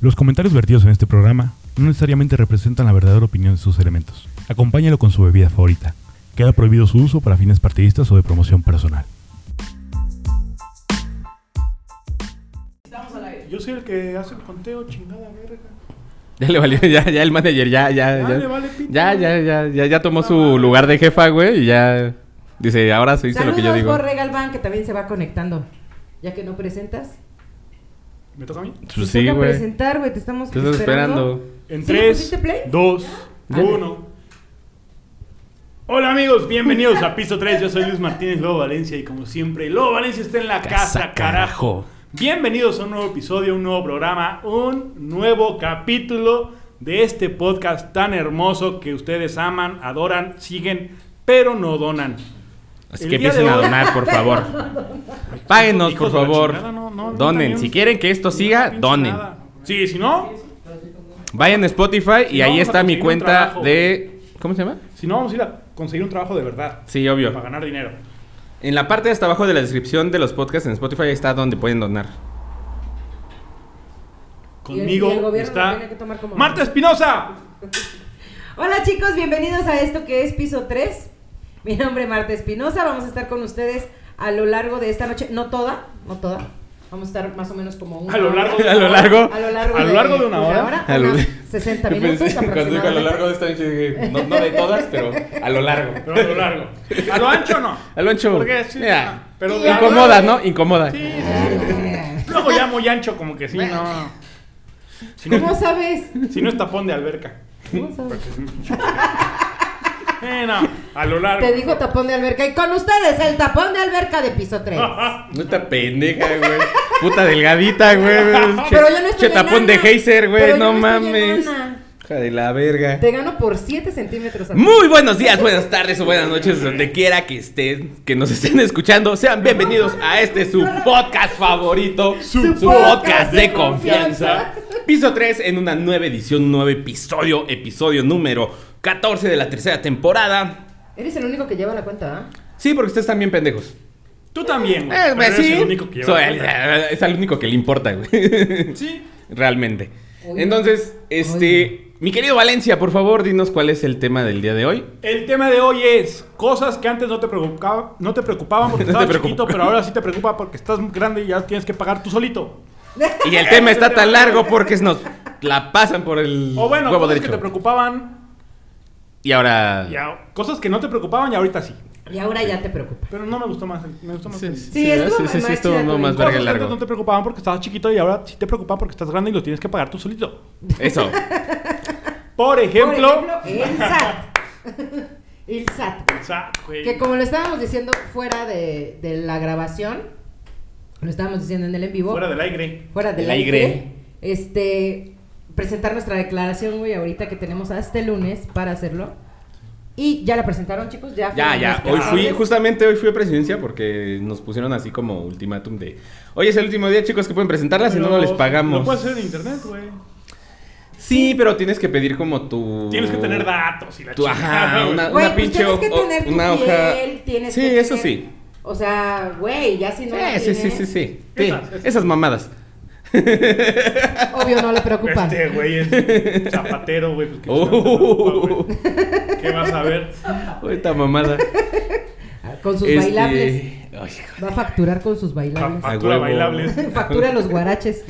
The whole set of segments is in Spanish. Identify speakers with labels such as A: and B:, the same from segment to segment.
A: Los comentarios vertidos en este programa no necesariamente representan la verdadera opinión de sus elementos. Acompáñalo con su bebida favorita. Queda prohibido su uso para fines partidistas o de promoción personal.
B: Yo soy el que hace el conteo, chingada verga.
C: Ya le valió, ya, ya el manager, ya, ya,
B: Ya
C: ya.
B: le vale pito.
C: Ya, ya, ya, ya, ya tomó su
B: madre.
C: lugar de jefa, güey, y ya. Dice, ahora se dice
D: Saludos,
C: lo que yo digo.
D: Borre Galván, que también se va conectando. Ya que no presentas.
B: ¿Me toca a mí?
C: Pues
D: Te
C: sí,
D: toca
C: güey. Te
D: presentar, güey. Te estamos
C: estás esperando.
B: En
D: ¿Sí le pusiste
B: 3,
D: play?
B: 2,
C: Dale.
B: 1. Hola amigos, bienvenidos a Piso 3. Yo soy Luis Martínez Lobo Valencia y como siempre, Lobo Valencia está en la casa, carajo. Bienvenidos a un nuevo episodio, un nuevo programa, un nuevo capítulo de este podcast tan hermoso que ustedes aman, adoran, siguen, pero no donan.
C: Así
B: El
C: que
B: día de
C: empiecen a
B: hoy-
C: donar, por favor. Páguenos, por
B: Hijos de la
C: favor.
B: chingada, no, no, no
C: Donen.
B: también.
C: Si quieren que esto siga,
B: Pinche
C: donen.
B: nada. Sí, si no,
C: Vayan a Spotify y
B: No,
C: ahí
B: vamos a
C: está mi
B: conseguir un
C: cuenta
B: trabajo.
C: de. ¿Cómo se llama?
B: si no vamos a ir a conseguir un trabajo de verdad.
C: Sí, obvio.
B: Para ganar dinero.
C: En la parte de hasta abajo de la descripción de los podcasts en Spotify ahí está donde pueden donar.
D: Y el-
B: Conmigo
D: y el gobierno lo
B: está
D: tiene que tomar como-
B: Marta Espinosa.
D: Hola chicos, bienvenidos a esto que es Piso 3. Mi nombre es Marta Espinosa, vamos a estar con ustedes a lo largo de esta noche, no toda, no toda. Vamos a estar más o menos como una
B: A lo
D: hora.
B: largo
C: A lo largo.
D: a lo largo,
B: a lo largo de una hora.
C: A lo-
D: unas 60 minutos
C: Pensé- cuando dijo
D: aproximadamente.
C: a lo largo de esta noche dije, no, no de todas, pero a lo largo.
B: Pero a lo largo. A lo ancho no.
C: A lo ancho.
B: Porque sí,
C: mira,
B: ah, pero de-
C: incomoda, ¿no? Incomoda.
B: Sí, sí. Luego ya muy ancho, como que sí, no. Si no,
D: ¿Cómo
B: es,
D: sabes?
B: si no es tapón de alberca.
D: ¿Cómo sabes?
B: Eh, no, a lo largo.
D: Te dijo tapón de alberca y con ustedes el tapón de alberca de Piso 3.
C: No está pendeja, güey. Puta delgadita, güey. Che-
D: Pero yo no estoy
C: che tapón de
D: enana.
C: Heiser,
D: Pero
C: güey. No
D: yo no estoy
C: mames.
D: enana.
C: Hija de la verga.
D: Te gano por 7 centímetros. amigo.
C: Muy buenos días, buenas tardes o buenas noches, donde quiera que estén, que nos estén escuchando. Sean bienvenidos a este su podcast favorito, su, su podcast de confianza. Piso 3 en una nueva edición, nuevo episodio, episodio número 14 de la tercera temporada.
D: Eres el único que lleva la cuenta, ¿ah?
C: Sí, porque ustedes están bien pendejos.
B: Tú también, güey.
C: Eh,
B: Pero
C: pues,
B: eres
C: sí,
B: el único que lleva
C: soy
B: la
C: el-
B: cuenta.
C: es al único que le importa, güey.
B: Sí.
C: Realmente.
D: Oye.
C: Entonces, este, mi querido Valencia, por favor, dinos cuál es el tema del día de hoy.
B: El tema de hoy es cosas que antes no te preocupaban, no te preocupaban porque
C: No te
B: estabas
C: preocupa-
B: chiquito, pero ahora sí te preocupa porque estás grande y ya tienes que pagar tú solito.
C: Y el tema está tan largo porque nos la pasan por el
B: O bueno,
C: huevo
B: cosas que
C: derecho.
B: te preocupaban,
C: y ahora
B: ya, cosas que no te preocupaban y ahorita sí.
D: Y ahora ya te preocupa.
B: Pero no me gustó más, el- me gustó más. el-
D: Sí, estuvo
C: sí, sí,
D: más
C: sí, estuvo
D: chida tu
C: más
D: intro.
C: verga
B: Cosas
C: el
B: que antes
C: largo.
B: no te preocupaban porque estabas chiquito y ahora sí te preocupan porque estás grande y lo tienes que pagar tú solito.
C: Eso.
B: Por ejemplo,
D: Por ejemplo, el SAT. el SAT.
B: o sea, güey,
D: Que como lo estábamos diciendo fuera de, de la grabación, lo estábamos diciendo en el en vivo,
B: fuera
D: fuera,
B: del aire.
D: del
C: El
D: aire,
C: aire.
D: este, presentar nuestra declaración, güey, ahorita que tenemos hasta el lunes para hacerlo. Y ya la presentaron, chicos, ya.
C: Ya,
D: fueron
C: ya.
D: nuestras
C: Hoy fui,
D: voces.
C: justamente hoy fui a presidencia porque nos pusieron así como ultimátum de hoy es el último día, chicos, que pueden presentarla, si no, no
B: Pero
C: les pagamos.
B: Lo puedes hacer en internet, güey.
C: Sí, pero tienes que pedir como tu.
B: Tienes que tener datos y la
C: Tu- Mm. ajá,
B: chingada, güey.
C: una-
D: Güey, pues
C: pinche
D: tienes que
C: ho-
D: tener tu
C: una hoja-
D: piel, tienes
C: Sí,
D: que
C: eso
D: tener-
C: sí.
D: O sea, güey, ya si no la
C: Sí, sí, sí,
D: tienes,
C: sí, sí. Sí,
B: Esas,
C: Esas,
B: esas.
C: mamadas.
D: Obvio no le preocupa.
B: Este güey es zapatero, güey. Pues, ¿qué,
C: Oh.
B: chingada te preocupa, güey? ¿Qué vas a ver?
C: Esta mamada.
D: Con sus
C: Este,
D: bailables.
C: ay,
D: Va a facturar con sus bailables.
C: Ah,
B: Factura
C: huevo.
B: bailables.
D: Factura los guaraches.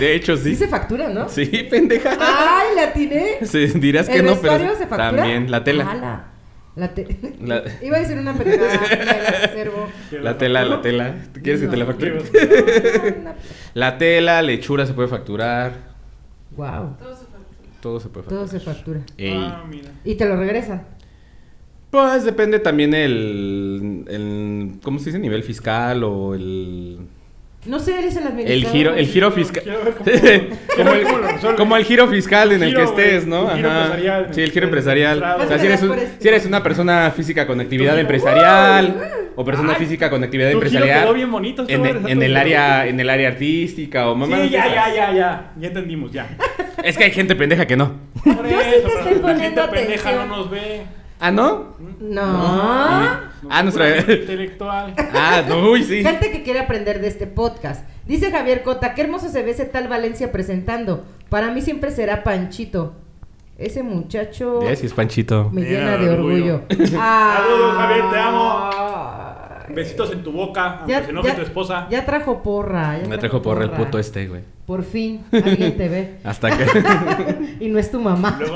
C: de hecho,
D: Sí
C: sí. Ah,
D: se factura, ¿no?
C: Sí, pendeja.
D: ¡Ay, la atiné!
C: Sí, dirás que
D: ¿El
C: no, pero
D: vestuario se factura?
C: también la tela.
D: Ah, la, la te-
C: La-
D: Iba a decir una pendejada, la observo.
C: La tela, la tela. ¿Tú ¿Quieres que te la facture? La tela, lechura se puede facturar.
D: Wow,
C: Todo se puede
D: todo
C: facturar.
D: se factura.
C: Ey.
B: Ah, mira.
D: Y te lo regresan.
C: Pues depende también el, el- ¿Cómo se dice? Nivel fiscal o el.
D: No sé, eres el
C: El
D: administrador.
C: giro, el giro
B: Quiero-
C: fiscal.
B: quiero ver cómo- quiero
C: como,
B: ver cómo lo
C: el,
B: resuelve.
C: como el giro fiscal en el
B: Giro,
C: que estés,
B: güey,
C: ¿no?
B: el giro
C: Ajá.
B: empresarial.
C: Sí, el giro empresarial. O sea, si eres, un- si eres una persona física con actividad
B: Tú-
C: empresarial o persona
B: Ay,
C: física con actividad
B: tu giro
C: empresarial.
B: quedó bien bonito, este
C: en,
B: güey,
C: el-
B: está
C: en
B: todo
C: el
B: bien.
C: área, en el área artística o mamá.
B: Sí, ya, ya, ya, ya. Ya entendimos, ya.
C: Es que hay gente pendeja que no.
B: Por
D: Yo sí te
B: eso, pero
D: estoy
B: La gente
D: poniendo
B: pendeja no
D: atención.
B: nos ve.
C: ¿Ah, no?
D: No.
C: Sí. Ah, nuestra-
B: intelectual.
C: Ah, no, uy, sí.
D: Gente que quiere aprender de este podcast. Dice Javier Cota, qué hermoso se ve ese tal Valencia presentando. Para mí siempre será Panchito. Ese muchacho
C: Ya, sí, es Panchito.
D: me
B: Me
D: llena de orgullo.
B: Saludos, Javier, te amo.
D: Ay.
B: Besitos en tu boca, aunque se enoje tu esposa.
D: ya trajo porra. ya
C: Me trajo por el puto este, güey.
D: Por fin, alguien te ve.
C: Hasta que.
D: y no es tu mamá.
B: Luego,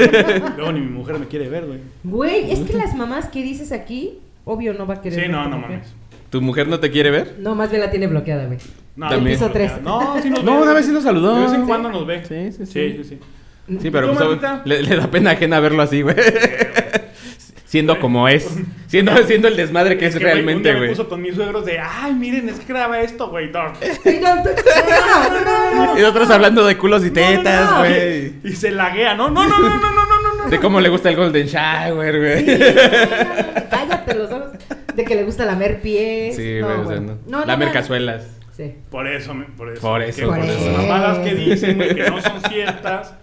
B: luego ni mi mujer me quiere ver, güey.
D: Güey, es que las mamás que dices aquí, obvio no va a querer.
B: Sí, no,
D: verte
B: no
D: como que-
B: mames.
C: ¿Tu mujer no te quiere ver?
D: No, más bien la tiene bloqueada, güey.
B: No,
C: También.
B: no,
D: Piso tres.
B: No, sí nos ve,
C: No, una
B: güey.
C: vez sí nos saludó.
B: De vez en
C: Sí.
B: cuando nos ve.
C: Sí, sí, sí.
B: Sí, sí, sí.
C: Sí, pero
B: ¿Tú,
C: pues,
B: mamita?
C: le, le da pena ajena verlo así, güey. siendo como es. Siendo, siendo el desmadre que es,
B: que, güey, un día
C: realmente,
B: Me
C: güey.
B: puso con mis suegros de, ay, miren, es que graba esto, güey. No.
D: Sí, no, tú- no, no, no, no.
C: Y nosotros hablando de culos y
D: no,
C: tetas,
D: no.
C: güey.
B: Y se laguea, ¿no? No, no, no, no, no, no, no, no.
C: De cómo le gusta el Golden Shower, güey.
D: Cállate los ojos. De que le gusta lamer pies.
C: Sí, güey, o sea,
D: bueno.
C: no. La
D: no,
C: mercazuelas.
D: Sí.
B: Por eso, me- por eso.
C: Por eso,
B: Que
C: por
B: las
C: eso.
B: mamadas que dicen, güey, que no son ciertas.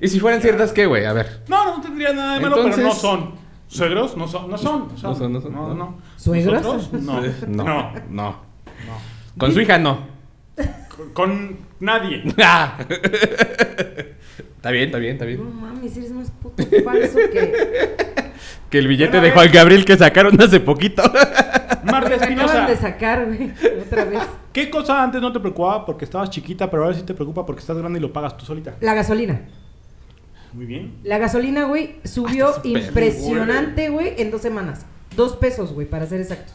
C: ¿Y si fueran ciertas qué, güey? A ver.
B: No, no tendría nada de malo, pero no
C: Entonces-
B: son. ¿Suegros? No son, no son. No
C: son, no son,
B: No,
C: no.
B: no.
D: ¿Suegros?
B: ¿Nosotros? No, no.
C: No. No. Con su hija no.
B: Con, con nadie.
C: Ah. está bien, está bien, está
D: No
C: bien.
D: mames, eres más puto falso que.
C: Que el billete
B: Bueno, a
C: de
B: ver.
C: Juan Gabriel que sacaron hace poquito.
B: Marta
D: Te acaban
B: Espinosa,
D: de sacar, güey. Otra vez.
B: ¿qué cosa antes no te preocupaba porque estabas chiquita, pero ahora sí te preocupa porque estás grande y lo pagas tú solita?
D: La gasolina.
B: Muy bien.
D: La gasolina, güey, subió
C: está Ah, súper,
D: impresionante, güey, en dos semanas. Dos pesos, güey, para ser exactos.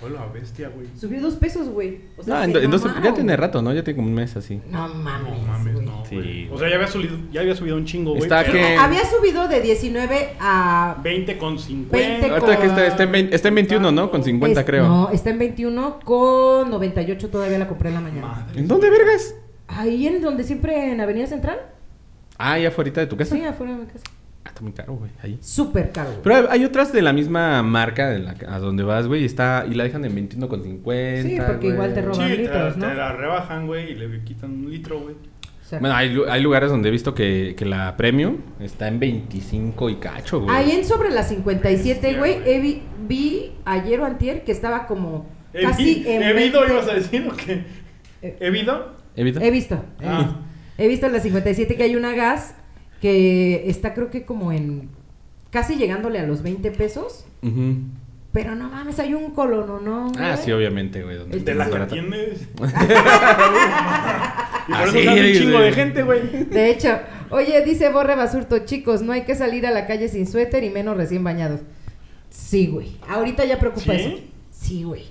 B: Hola, bestia, güey.
D: Subió dos pesos, güey. O sea,
C: No,
D: se
C: ento- entonces
D: mamaron.
C: ya tiene rato, ¿no? Ya tiene como un mes así.
D: No
B: Ah, No
D: mames.
B: mames,
D: güey.
B: no.
C: Sí,
B: güey. O
C: güey.
B: sea, ya había subido, ya había subido un chingo, güey.
C: Está
B: pero
C: que-
D: Había subido de 19 a.
B: 20 con
D: 20
B: 50.
C: Ahorita que está, está en, vein- está en 21, ¿no? Con 50,
D: es-
C: creo.
D: No, está en 21 con 98. Todavía la compré en la mañana.
B: Madre.
C: ¿En dónde, vergas?
D: Ahí en donde siempre en Avenida Central.
C: Ah, ya afuera de tu casa.
D: Sí, afuera de mi casa.
C: Ah, está muy caro, güey. Ahí.
D: Súper caro. güey.
C: Pero hay- hay otras de la misma marca en la que- a donde vas, güey, y está y la dejan en 21,50.
D: Sí, porque
C: güey.
D: igual te roban.
B: Sí, te,
D: litros,
B: te
D: ¿no?
B: la rebajan, güey, y le quitan un litro, güey.
D: O sea,
C: Bueno, hay, lu- hay lugares donde he visto que, que la premium está en 25 y cacho, güey.
D: ahí en sobre las 57,
B: Ya,
D: güey,
B: güey.
D: he vi, vi ayer o antier que estaba como
B: He
D: casi
B: vi-
D: en
B: he visto,
D: 20.
B: ibas a decir, o qué?
D: Eh.
B: ¿He visto?
C: ¿Evita?
D: He visto. He,
B: Ah.
D: visto. He visto en las 57 que hay una gas que está creo que como en casi llegándole a los 20 pesos,
C: Ujú.
D: pero no mames, hay un colono, ¿no?
C: Ah,
D: güey?
C: sí, obviamente, güey. donde
D: El
B: ¿Te
D: de
C: es
B: la
C: más barata.
B: entiendes? y por
C: Ah,
B: eso
C: sí,
B: sale un
C: sí.
B: chingo de gente, güey.
D: De hecho, oye, dice Borre Basurto, chicos, no hay que salir a la calle sin suéter y menos recién bañados. Sí, güey. Ahorita ya
B: ¿Sí?
D: preocupa eso. Sí, güey.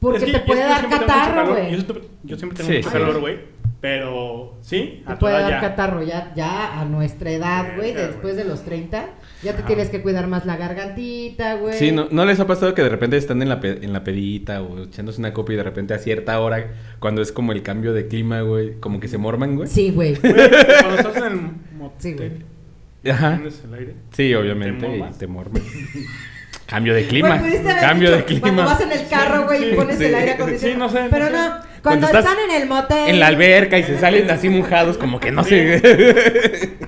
D: Porque
B: Es que
D: te
B: yo-
D: puede
B: yo
D: dar
B: siempre tengo mucho
D: catarro,
B: calor,
D: güey.
B: Yo, siempre- yo siempre tengo
C: Sí,
B: mucho
C: sí.
B: calor, güey. Pero, sí,
D: Te
B: a
D: puede
B: toda
D: dar
B: ya.
D: catarro ya, ya a nuestra edad, güey,
B: Verga,
D: después de
B: güey.
D: los 30. Ya te
B: Ajá.
D: tienes que cuidar más la gargantita, güey.
C: Sí, ¿no, ¿no les ha pasado que de repente están en la, pe- en la pedita o echándose una copa y de repente a cierta hora, cuando es como el cambio de clima, güey, como que se morman, güey?
D: Sí, güey.
B: Güey, Cuando estás en el motel,
D: Sí, güey.
C: Ajá.
B: ¿Tienes el aire?
C: Sí, obviamente,
B: Te
C: y
B: mormas.
C: te morman. cambio de clima.
D: Güey, pudiste haber
C: Cambio
D: dicho,
C: de
D: pues, Cuando
C: clima.
D: vas en el carro, güey, y
B: sí,
D: pones
C: sí.
D: el aire acondicionado.
B: Sí, no sé, no
D: Pero
B: sé.
D: no, cuando,
C: Cuando estás
D: están en el motel.
C: En la alberca y se salen así mojados, como que no sé.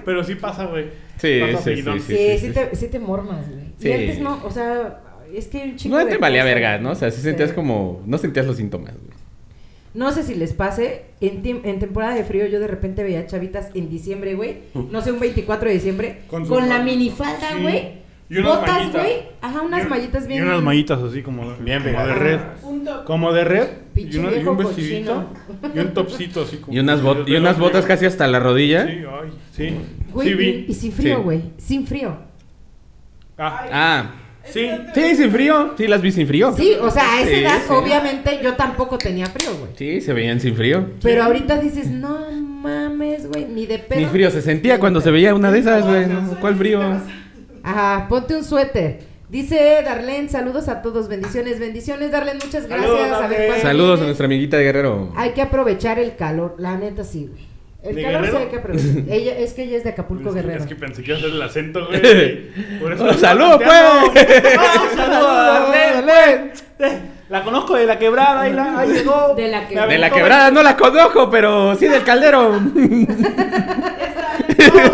B: Pero sí pasa, güey.
C: Sí,
B: Pasa
C: sí,
B: seguidón.
D: Sí,
C: sí,
D: sí,
C: sí, sí.
D: te, sí te mormas, güey. Y
C: Sí.
D: antes no, o sea, es que hay un chingo
C: No
D: de
C: te valía
D: cosas.
C: verga, ¿no? O sea, sí sentías como. No sentías los síntomas, güey.
D: No sé si les pase, en, tiemp- en temporada de frío yo de repente veía chavitas en diciembre, güey, no sé, un 24 de diciembre, con,
B: sus
D: la
B: mallitas.
D: minifalda,
B: Sí.
D: güey,
B: Y unas
D: botas,
B: mallitas.
D: güey, ajá,
B: Y
D: unas
B: un-
D: mallitas bien...
B: Y unas mallitas así como,
C: Bien
B: como de
C: pegadas.
B: red. Como de red.
D: Pinche
B: y, una- y
D: viejo
B: un vestidito.
D: cochino.
B: Y un topsito así como.
C: Y unas, bot- y unas botas casi ¿eh? hasta la
B: Sí,
C: rodilla.
B: ay, sí.
D: Güey,
B: sí,
D: y-
B: vi.
D: y sin frío,
C: Sí.
D: güey, sin frío.
B: Ah,
C: Ah.
B: sí.
C: Sí, sin frío. Sí, las vi sin frío.
D: Sí, o sea, a esa
C: Sí,
D: edad
C: sí.
D: obviamente yo tampoco tenía frío, güey.
C: Sí, se veían sin frío.
D: Pero ahorita dices, no mames, güey, ni de pedo.
C: Ni frío se sentía cuando se veía una de esas, güey. ¿no? ¿Cuál frío?
D: Ajá, ponte un suéter. Dice Darlene, saludos a todos, bendiciones, bendiciones, Darlene, muchas gracias.
B: Saludos,
D: a ver
B: Darlene.
D: cuándo
C: Saludos a
D: vienes.
C: nuestra amiguita de Guerrero.
D: Hay que aprovechar el calor, la neta sí, güey. El
B: ¿De
D: calor sí
B: Guerrero?
D: hay que aprovechar. Ella, es que ella es de Acapulco
B: Es que-
D: Guerrero.
B: Es que pensé que iba a hacer el acento, güey. Por eso-
C: Oh, ¡Salud, pues!
B: ¡Ah, saludos, Arlet!
C: ¡Dale! pues.
B: La conozco de la quebrada, ahí, la, ahí llegó.
D: De la
B: Me
D: quebrada.
C: De la
B: aventó
C: quebrada no la conozco, pero sí del caldero.
E: Está,
B: la cosa.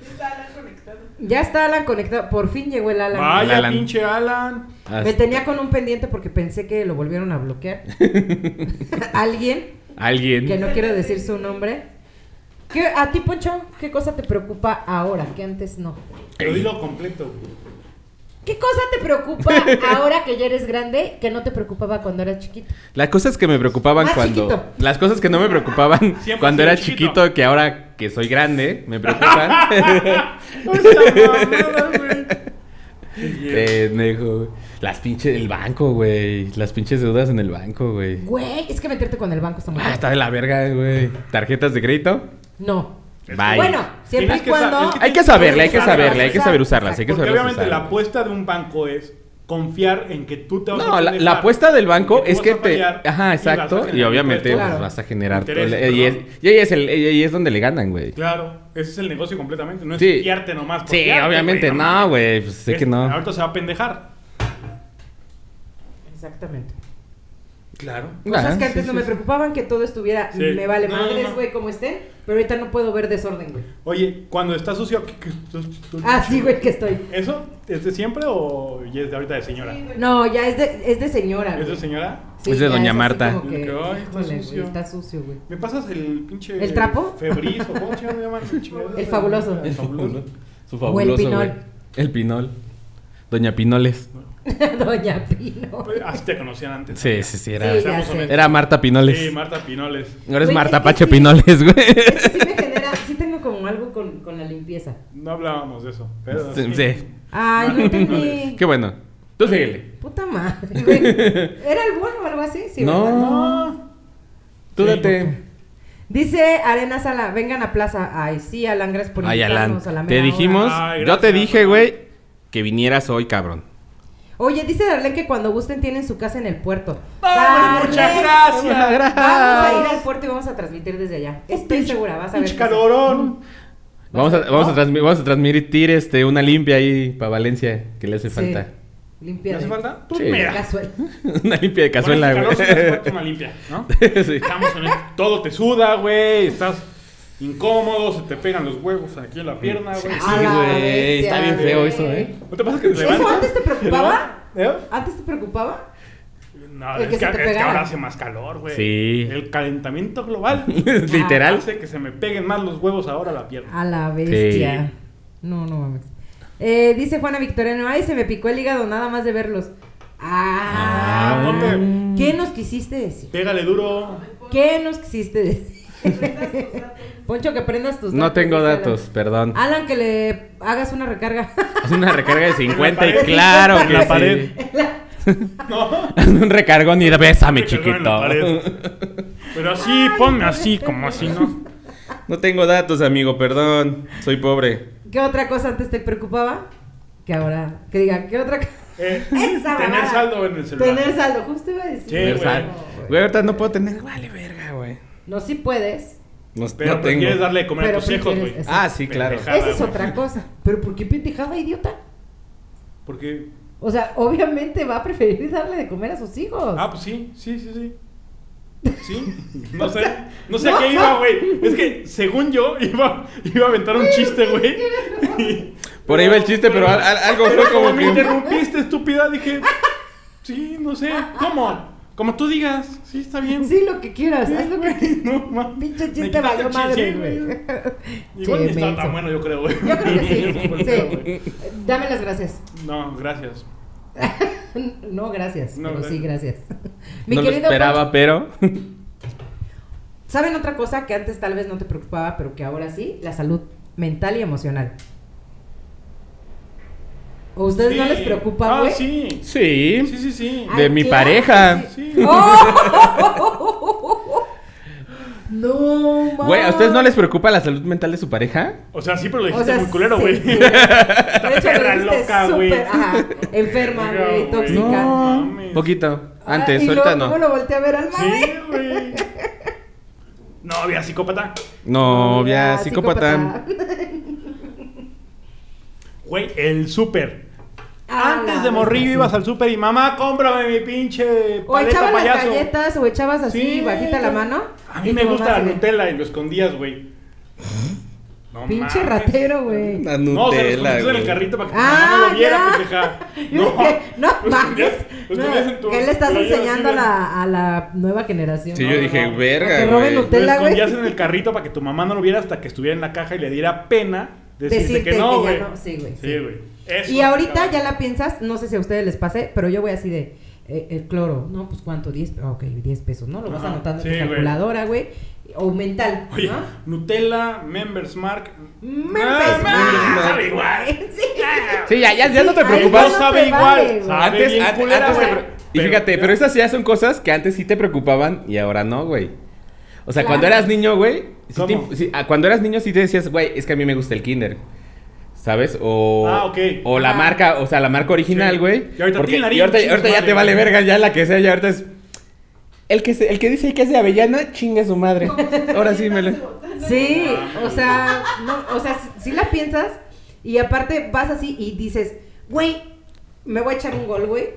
E: está conectado.
D: Ya está Alan conectado. Por fin llegó el Alan.
B: Vaya
C: Alan.
B: pinche Alan.
D: Me tenía con un pendiente porque pensé que lo volvieron a bloquear. Alguien,
C: Alguien.
D: que no quiero decir su nombre. ¿Qué, a ti, Poncho, ¿qué cosa te preocupa ahora que antes no?
B: Pero dilo completo.
D: ¿Qué cosa te preocupa ahora que ya eres grande que no te preocupaba cuando eras chiquito?
C: Las cosas que me preocupaban
D: Más
C: cuando.
D: chiquito.
C: Las cosas que no me preocupaban
B: Siempre
C: cuando
B: soy
C: era
B: chiquito.
C: chiquito. que ahora que soy grande, me preocupan. Pendejo. Las pinches del banco, güey. Las pinches deudas en el banco, güey.
D: Güey, es que meterte con el banco está muy
C: Ah,
D: cabrón.
C: está de la verga, güey. Tarjetas de crédito.
D: No.
C: Bye.
D: Bueno,
B: Tienes
D: siempre y
B: que sa-
D: cuando...
B: es que
C: Hay que saberle, hay que saberle, hay que saber usarlas, hay que
B: Porque
C: saber
B: obviamente
C: usarlas.
B: la apuesta de un banco es confiar en que tú te vas a
C: No, la,
B: pendejar,
C: la apuesta del banco
B: tú
C: es
B: vas
C: que
B: a
C: te.
B: fallar
C: Ajá,
B: y vas a
C: exacto. Y,
B: generar
C: obviamente
B: impuestos.
D: Claro.
C: pues, vas a generar.
B: Intereses,
C: todo el- y, es,
B: perdón.
C: y ahí es el- y ahí es donde le ganan, güey.
B: Claro, ese es el negocio completamente. No es
C: Sí.
B: fiarte nomás. por
C: Sí,
B: fiarte,
C: obviamente,
B: güey,
C: no, güey. Pues sé
B: Es-
C: que no.
B: Ahorita se va a pendejar.
D: Exactamente.
B: Claro.
D: Cosas
C: Ah,
D: que antes
C: sí,
D: no
C: sí,
D: me
C: sí.
D: preocupaban, que todo estuviera,
B: Sí.
D: me vale
B: No,
D: madres,
B: no.
D: güey, como estén, pero ahorita no puedo ver desorden, güey.
B: Oye, cuando está sucio. ¿qué- qué- tú- tú-
D: Ah, sí, güey, que estoy.
B: ¿Eso es de siempre o ya es de ahorita de señora?
D: No, ya es de, es de señora.
B: ¿Es de
D: güey.
B: señora?
D: Sí,
C: Es de
D: ya
C: doña
D: así
C: Marta.
D: como que,
B: Que, ay, está
D: híjole, güey,
B: sucio.
D: está sucio, güey.
B: ¿Me pasas el pinche.
D: ¿El trapo?
B: Febriz o cómo se llama esa chingadera?
D: El fabuloso.
B: El fabuloso.
C: Su
D: O el
C: fabuloso,
D: pinol.
C: güey. El pinol. Doña Pinoles.
D: doña Pino.
B: Pues, Así te conocían antes.
C: Sí, sí, sí. Era,
D: Sí,
B: Seamos
D: ya sé.
B: honestos.
C: era Marta Pinoles.
B: Sí, Marta Pinoles.
C: Ahora es
D: Güey, es
C: Marta
D: que
C: Pache
D: sí.
C: Pinoles, güey.
D: Es que sí me genera, sí tengo como algo con, con la limpieza.
B: No hablábamos de eso. Pero
C: Sí, sí.
D: Ay, no entendí.
C: Qué bueno. Tú síguele.
D: Puta madre, güey. ¿Era el bueno o algo así? Sí,
C: No.
D: ¿verdad?
B: No.
C: Tú
B: Sí.
C: date.
D: Dice Arena Sala, vengan a plaza. Ay, sí, Alan, gracias por
C: Ay, Alan.
D: invitarnos a la
C: Te
D: mera
C: dijimos.
D: hora.
B: Ay,
C: yo te
B: gracias,
C: dije,
B: Alan.
C: güey, que vinieras hoy, cabrón.
D: Oye, dice Darlene que cuando gusten tienen su casa en el puerto.
B: Ay, muchas
D: Darlene,
B: gracias.
D: Vamos a ir al puerto y vamos a transmitir desde allá. Estoy
B: Pinche-
D: segura, vas a ver.
B: Pinche
D: que sí.
B: calorón.
C: Vamos a, vamos, a transmi- vamos a transmitir este, una limpia ahí para Valencia que le hace
D: Sí.
C: falta.
D: Limpia.
B: ¿No hace
D: de-
B: falta? Tú
C: Sí.
B: me das.
D: Casual.
C: una limpia de cazuela,
B: Con
C: güey.
B: este calor sí me hace falta una limpia, ¿no?
C: Sí.
B: Estamos en el- Todo te suda, güey. Estás incómodo, se te pegan los huevos aquí en la pierna, güey.
D: Ah,
C: Sí, güey. Está bien feo eso, ¿eh?
B: ¿No te pasa que te
D: ¿Eso
B: levantas?
D: antes te preocupaba?
B: ¿Eh?
D: ¿Antes te preocupaba?
B: No,
D: El
B: es
D: que
B: que,
D: se te
B: es que
D: pegara.
B: ahora hace más calor, güey.
C: Sí.
B: El calentamiento global
C: Literal.
B: hace que se me peguen más los huevos ahora a la pierna.
D: A la bestia.
C: Sí.
D: No, no mames. Eh, dice Juana Victoriano, ay, se me picó el hígado nada más de verlos. Ah,
B: Ah, ponte.
D: ¿Qué nos quisiste decir?
B: Pégale duro.
D: ¿Qué nos quisiste decir? Poncho, que prendas tus
C: No tengo
D: dice Alan.
C: datos, perdón.
D: Alan, que le hagas una recarga.
C: Haz una recarga de 50 y
B: pared.
C: claro
B: En
C: que
B: la
C: sí.
B: pared. No.
C: Haz un recargón y
B: Pégale
C: bésame,
B: en
C: chiquito.
B: la pared. Pero así, ponme así, como así, ¿no?
C: No tengo datos, amigo, perdón. Soy pobre.
D: ¿Qué otra cosa antes te preocupaba? Que ahora, que digan, ¿qué otra cosa?
B: Eh,
D: Esa
B: tener
D: mamada.
B: saldo en el celular.
D: Tener saldo, justo iba a decir.
B: Sí,
D: No,
B: güey.
C: Universal.
D: güey.
C: Güey, ahorita no puedo tener. Vale, verga, güey.
D: No, sí puedes.
C: No,
B: Pero
C: no tengo.
B: prefieres darle de comer
D: Pero
B: a tus hijos,
D: prefieres-
B: güey.
D: exacto.
C: Ah, sí, claro.
B: Pendeja.
D: Esa es
B: güey.
D: otra cosa. Pero ¿por qué pendejada, idiota?
B: Porque.
D: O sea, obviamente va a preferir darle de comer a sus hijos.
B: Ah, pues sí, sí, sí, sí. Sí, no
D: O
B: sé,
D: sea,
B: no sé
D: no,
B: a qué iba,
D: no.
B: güey. Es que según yo iba, iba a aventar un chiste, güey. Y-
C: Por ahí va el chiste, pero al- al- algo fue
B: Como
C: como
B: me
C: que.
B: interrumpiste, estúpida, dije. Sí, no sé, ¿cómo? Como tú digas, sí, está bien.
D: Sí, lo que quieras, haz lo que
B: pues, Güey, no, mames.
D: Pinche
B: Me
D: chiste
B: quitaste
D: valió
B: el chiste,
D: madre,
B: güey.
D: güey.
B: Igual
D: Sí,
B: ni estaba
D: menso.
B: tan bueno, yo creo, güey.
D: Yo creo que
B: Por eso, güey.
D: sí. sí. Dame las gracias.
B: No, gracias.
D: No, gracias.
B: No,
D: pero sí, gracias. Mi
C: No lo
D: querido
C: esperaba, pero.
D: Poncho, ¿saben otra cosa que antes tal vez no te preocupaba, pero que ahora sí? La salud mental y emocional. ¿O a ustedes no
B: Sí.
D: les preocupa,
B: Ah,
D: güey? Ah,
B: sí.
C: Sí.
B: Sí, sí, sí.
D: Ay,
C: De mi
D: claro
C: pareja.
D: que
B: Sí.
D: No, mames.
C: Güey, ¿a ustedes no les preocupa la salud mental de su pareja?
B: O sea, sí, pero lo
D: O
B: dijiste
D: sea,
B: muy culero,
D: sí,
B: güey.
D: sí. De hecho,
B: perra
D: lo dijiste
B: loca,
D: súper,
B: güey.
D: ajá, Enferma,
B: Oiga,
D: güey,
B: güey.
D: tóxica.
B: No. mames.
C: Poquito.
D: Ah,
C: Antes,
D: y
C: ahorita
D: luego,
C: no.
D: ¿Cómo lo volteé a ver al mami?
B: Sí, güey. No había psicópata.
C: Novia,
D: Ah,
C: psicópata.
B: Güey, el súper.
D: Ah, la
B: Antes de morrillo
D: bestia,
B: ibas
D: sí.
B: al súper y mamá, cómprame mi pinche
D: O
B: paleta
D: echabas las
B: payaso.
D: galletas, o echabas así,
B: Sí,
D: bajita la
B: güey.
D: mano.
B: A mí
D: y
B: me
D: tu mamá
B: gusta la
D: así de-
B: Nutella y lo escondías, güey. No
D: Pinche
B: mames.
D: ratero, güey.
C: Una
B: No, se los
C: Nutella,
B: pusiste en el
C: güey.
B: carrito para que tu
D: Ah,
B: mamá no lo viera,
D: ya.
B: pendeja.
D: Yo dije, No,
B: Los
D: mames.
B: tenías- los
D: No,
B: tenías en tu
D: ¿Qué le estás
B: playera así
D: enseñando a
B: de-
D: la, a la nueva generación?
C: Sí,
D: no?
C: yo
B: no,
C: dije,
B: no.
D: Que
C: verga,
D: roben
C: güey.
D: Nutella,
B: Lo
D: güey.
B: escondías en el carrito para que tu mamá no lo viera hasta que estuviera en la caja y le diera pena decirte,
D: Decirte
B: que no,
D: que ya
B: güey.
D: no, sí, güey,
B: Sí,
D: sí.
B: güey. Eso,
D: Y ahorita
B: cabrón.
D: ya la piensas, no sé si a ustedes les pase, pero yo voy así de eh, el cloro, ¿no? Pues cuánto, 10, pe- ah, ok, 10 pesos, ¿no? Lo vas
B: Ajá,
D: anotando
B: sí,
D: en
B: güey.
D: tu calculadora, güey, o mental,
B: Oye,
D: ¿no?
B: Nutella, Members Mark.
D: Me
B: Ah,
D: empezó.
B: mames, sabe igual.
D: Sí.
C: Sí, ya, ya, ya no te
D: Sí,
C: preocupas.
D: ay, no
B: sabe
D: te
B: igual.
D: vale, güey.
B: Sabe
C: Antes,
B: Ah, bien
C: an-
B: culera,
C: antes te
B: güey.
C: pre- Y fíjate, pero estas ya son cosas que antes sí te preocupaban y ahora no, güey. O sea, cuando
D: Claro.
C: eras niño, güey. sí te-
B: ¿Cómo?
C: sí, ah, cuando eras niño sí te decías, güey, es que a mí me gusta el kinder. ¿Sabes? O,
B: Ah, ok.
C: o la
D: Ah.
C: marca, o sea, la marca
B: Sí.
C: original, güey.
B: Y ahorita
C: Porque-
B: tiene nariz,
C: y ahorita-
B: chingas
C: ahorita ya
B: madre,
C: te vale
B: güey.
C: verga, ya la que sea, ya ahorita es. El que, se- el que dice que es de avellana, chingue su madre. Ahora sí me lo.
D: Sí,
B: No,
D: o sea, no, o sea, si la piensas y aparte vas así y dices, güey, me voy a echar un gol, güey.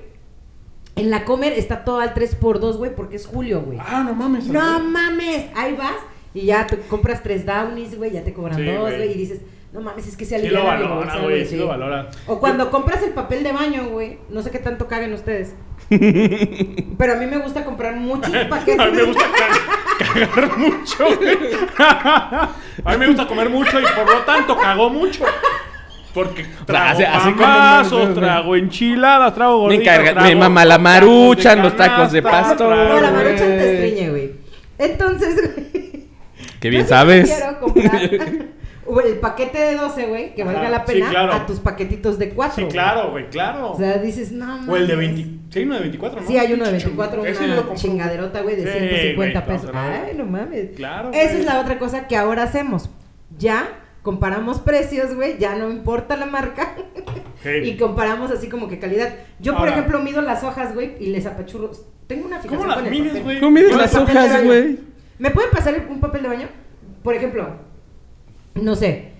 D: En la comer está todo al 3x2, güey, porque es julio, güey.
B: Ah, no mames.
D: No
B: Andrés.
D: mames, ahí vas y ya te compras tres downies, güey, ya te cobran
B: Sí,
D: dos,
B: güey.
D: güey, y dices, no mames, es que
B: Sí
D: se alivia
B: lo
D: la
B: valora, güey. Sí lo valora.
D: O cuando compras el papel de baño, güey, no sé qué tanto cagan ustedes. Pero a mí me gusta comprar muchos paquetes.
B: A mí me gusta ca- cagar mucho, güey. A mí me gusta comer mucho y por lo tanto cagó mucho. Porque trago
C: Así- así como-
B: mamazos, trago enchiladas, trago
C: Me
B: gorditas.
C: encarga-
B: trago
C: me mama la
B: tacos de
C: maruchan, los
B: canasta,
C: tacos de pastor,
B: trago-
D: No, la
C: güey.
D: marucha te estriñe, güey. Entonces, güey.
C: Que bien
D: yo siempre
C: sabes.
D: Quiero comprar güey, el paquete de 12, güey, que
B: Ajá,
D: valga la
B: sí,
D: pena,
B: claro.
D: a tus paquetitos de 4.
B: Sí, claro, güey, claro.
D: O sea, dices, no mames.
B: O el de 20. Sí, hay uno de 24, ¿no?
D: Sí, hay uno de
B: Chicho,
D: 24,
B: ese yo lo
D: una
B: compro.
D: chingaderota, güey, de
B: Sí,
D: 150
B: güey,
D: pesos.
B: no, o sea,
D: Ay, no mames.
B: Claro,
D: Esa
B: güey.
D: es la otra cosa que ahora hacemos. Ya comparamos precios, güey, ya no importa la marca
B: Hey.
D: y comparamos así como que calidad. Yo, por
B: Ahora.
D: ejemplo, mido las hojas, güey, y les apachurro. Tengo una fijación
B: ¿Cómo las
D: con el
B: mides,
D: papel.
B: güey?
C: ¿Cómo mides
B: Yo
C: las
B: papel de
C: hojas,
B: baño.
C: güey?
D: ¿Me pueden pasar un papel de baño? Por ejemplo, no sé.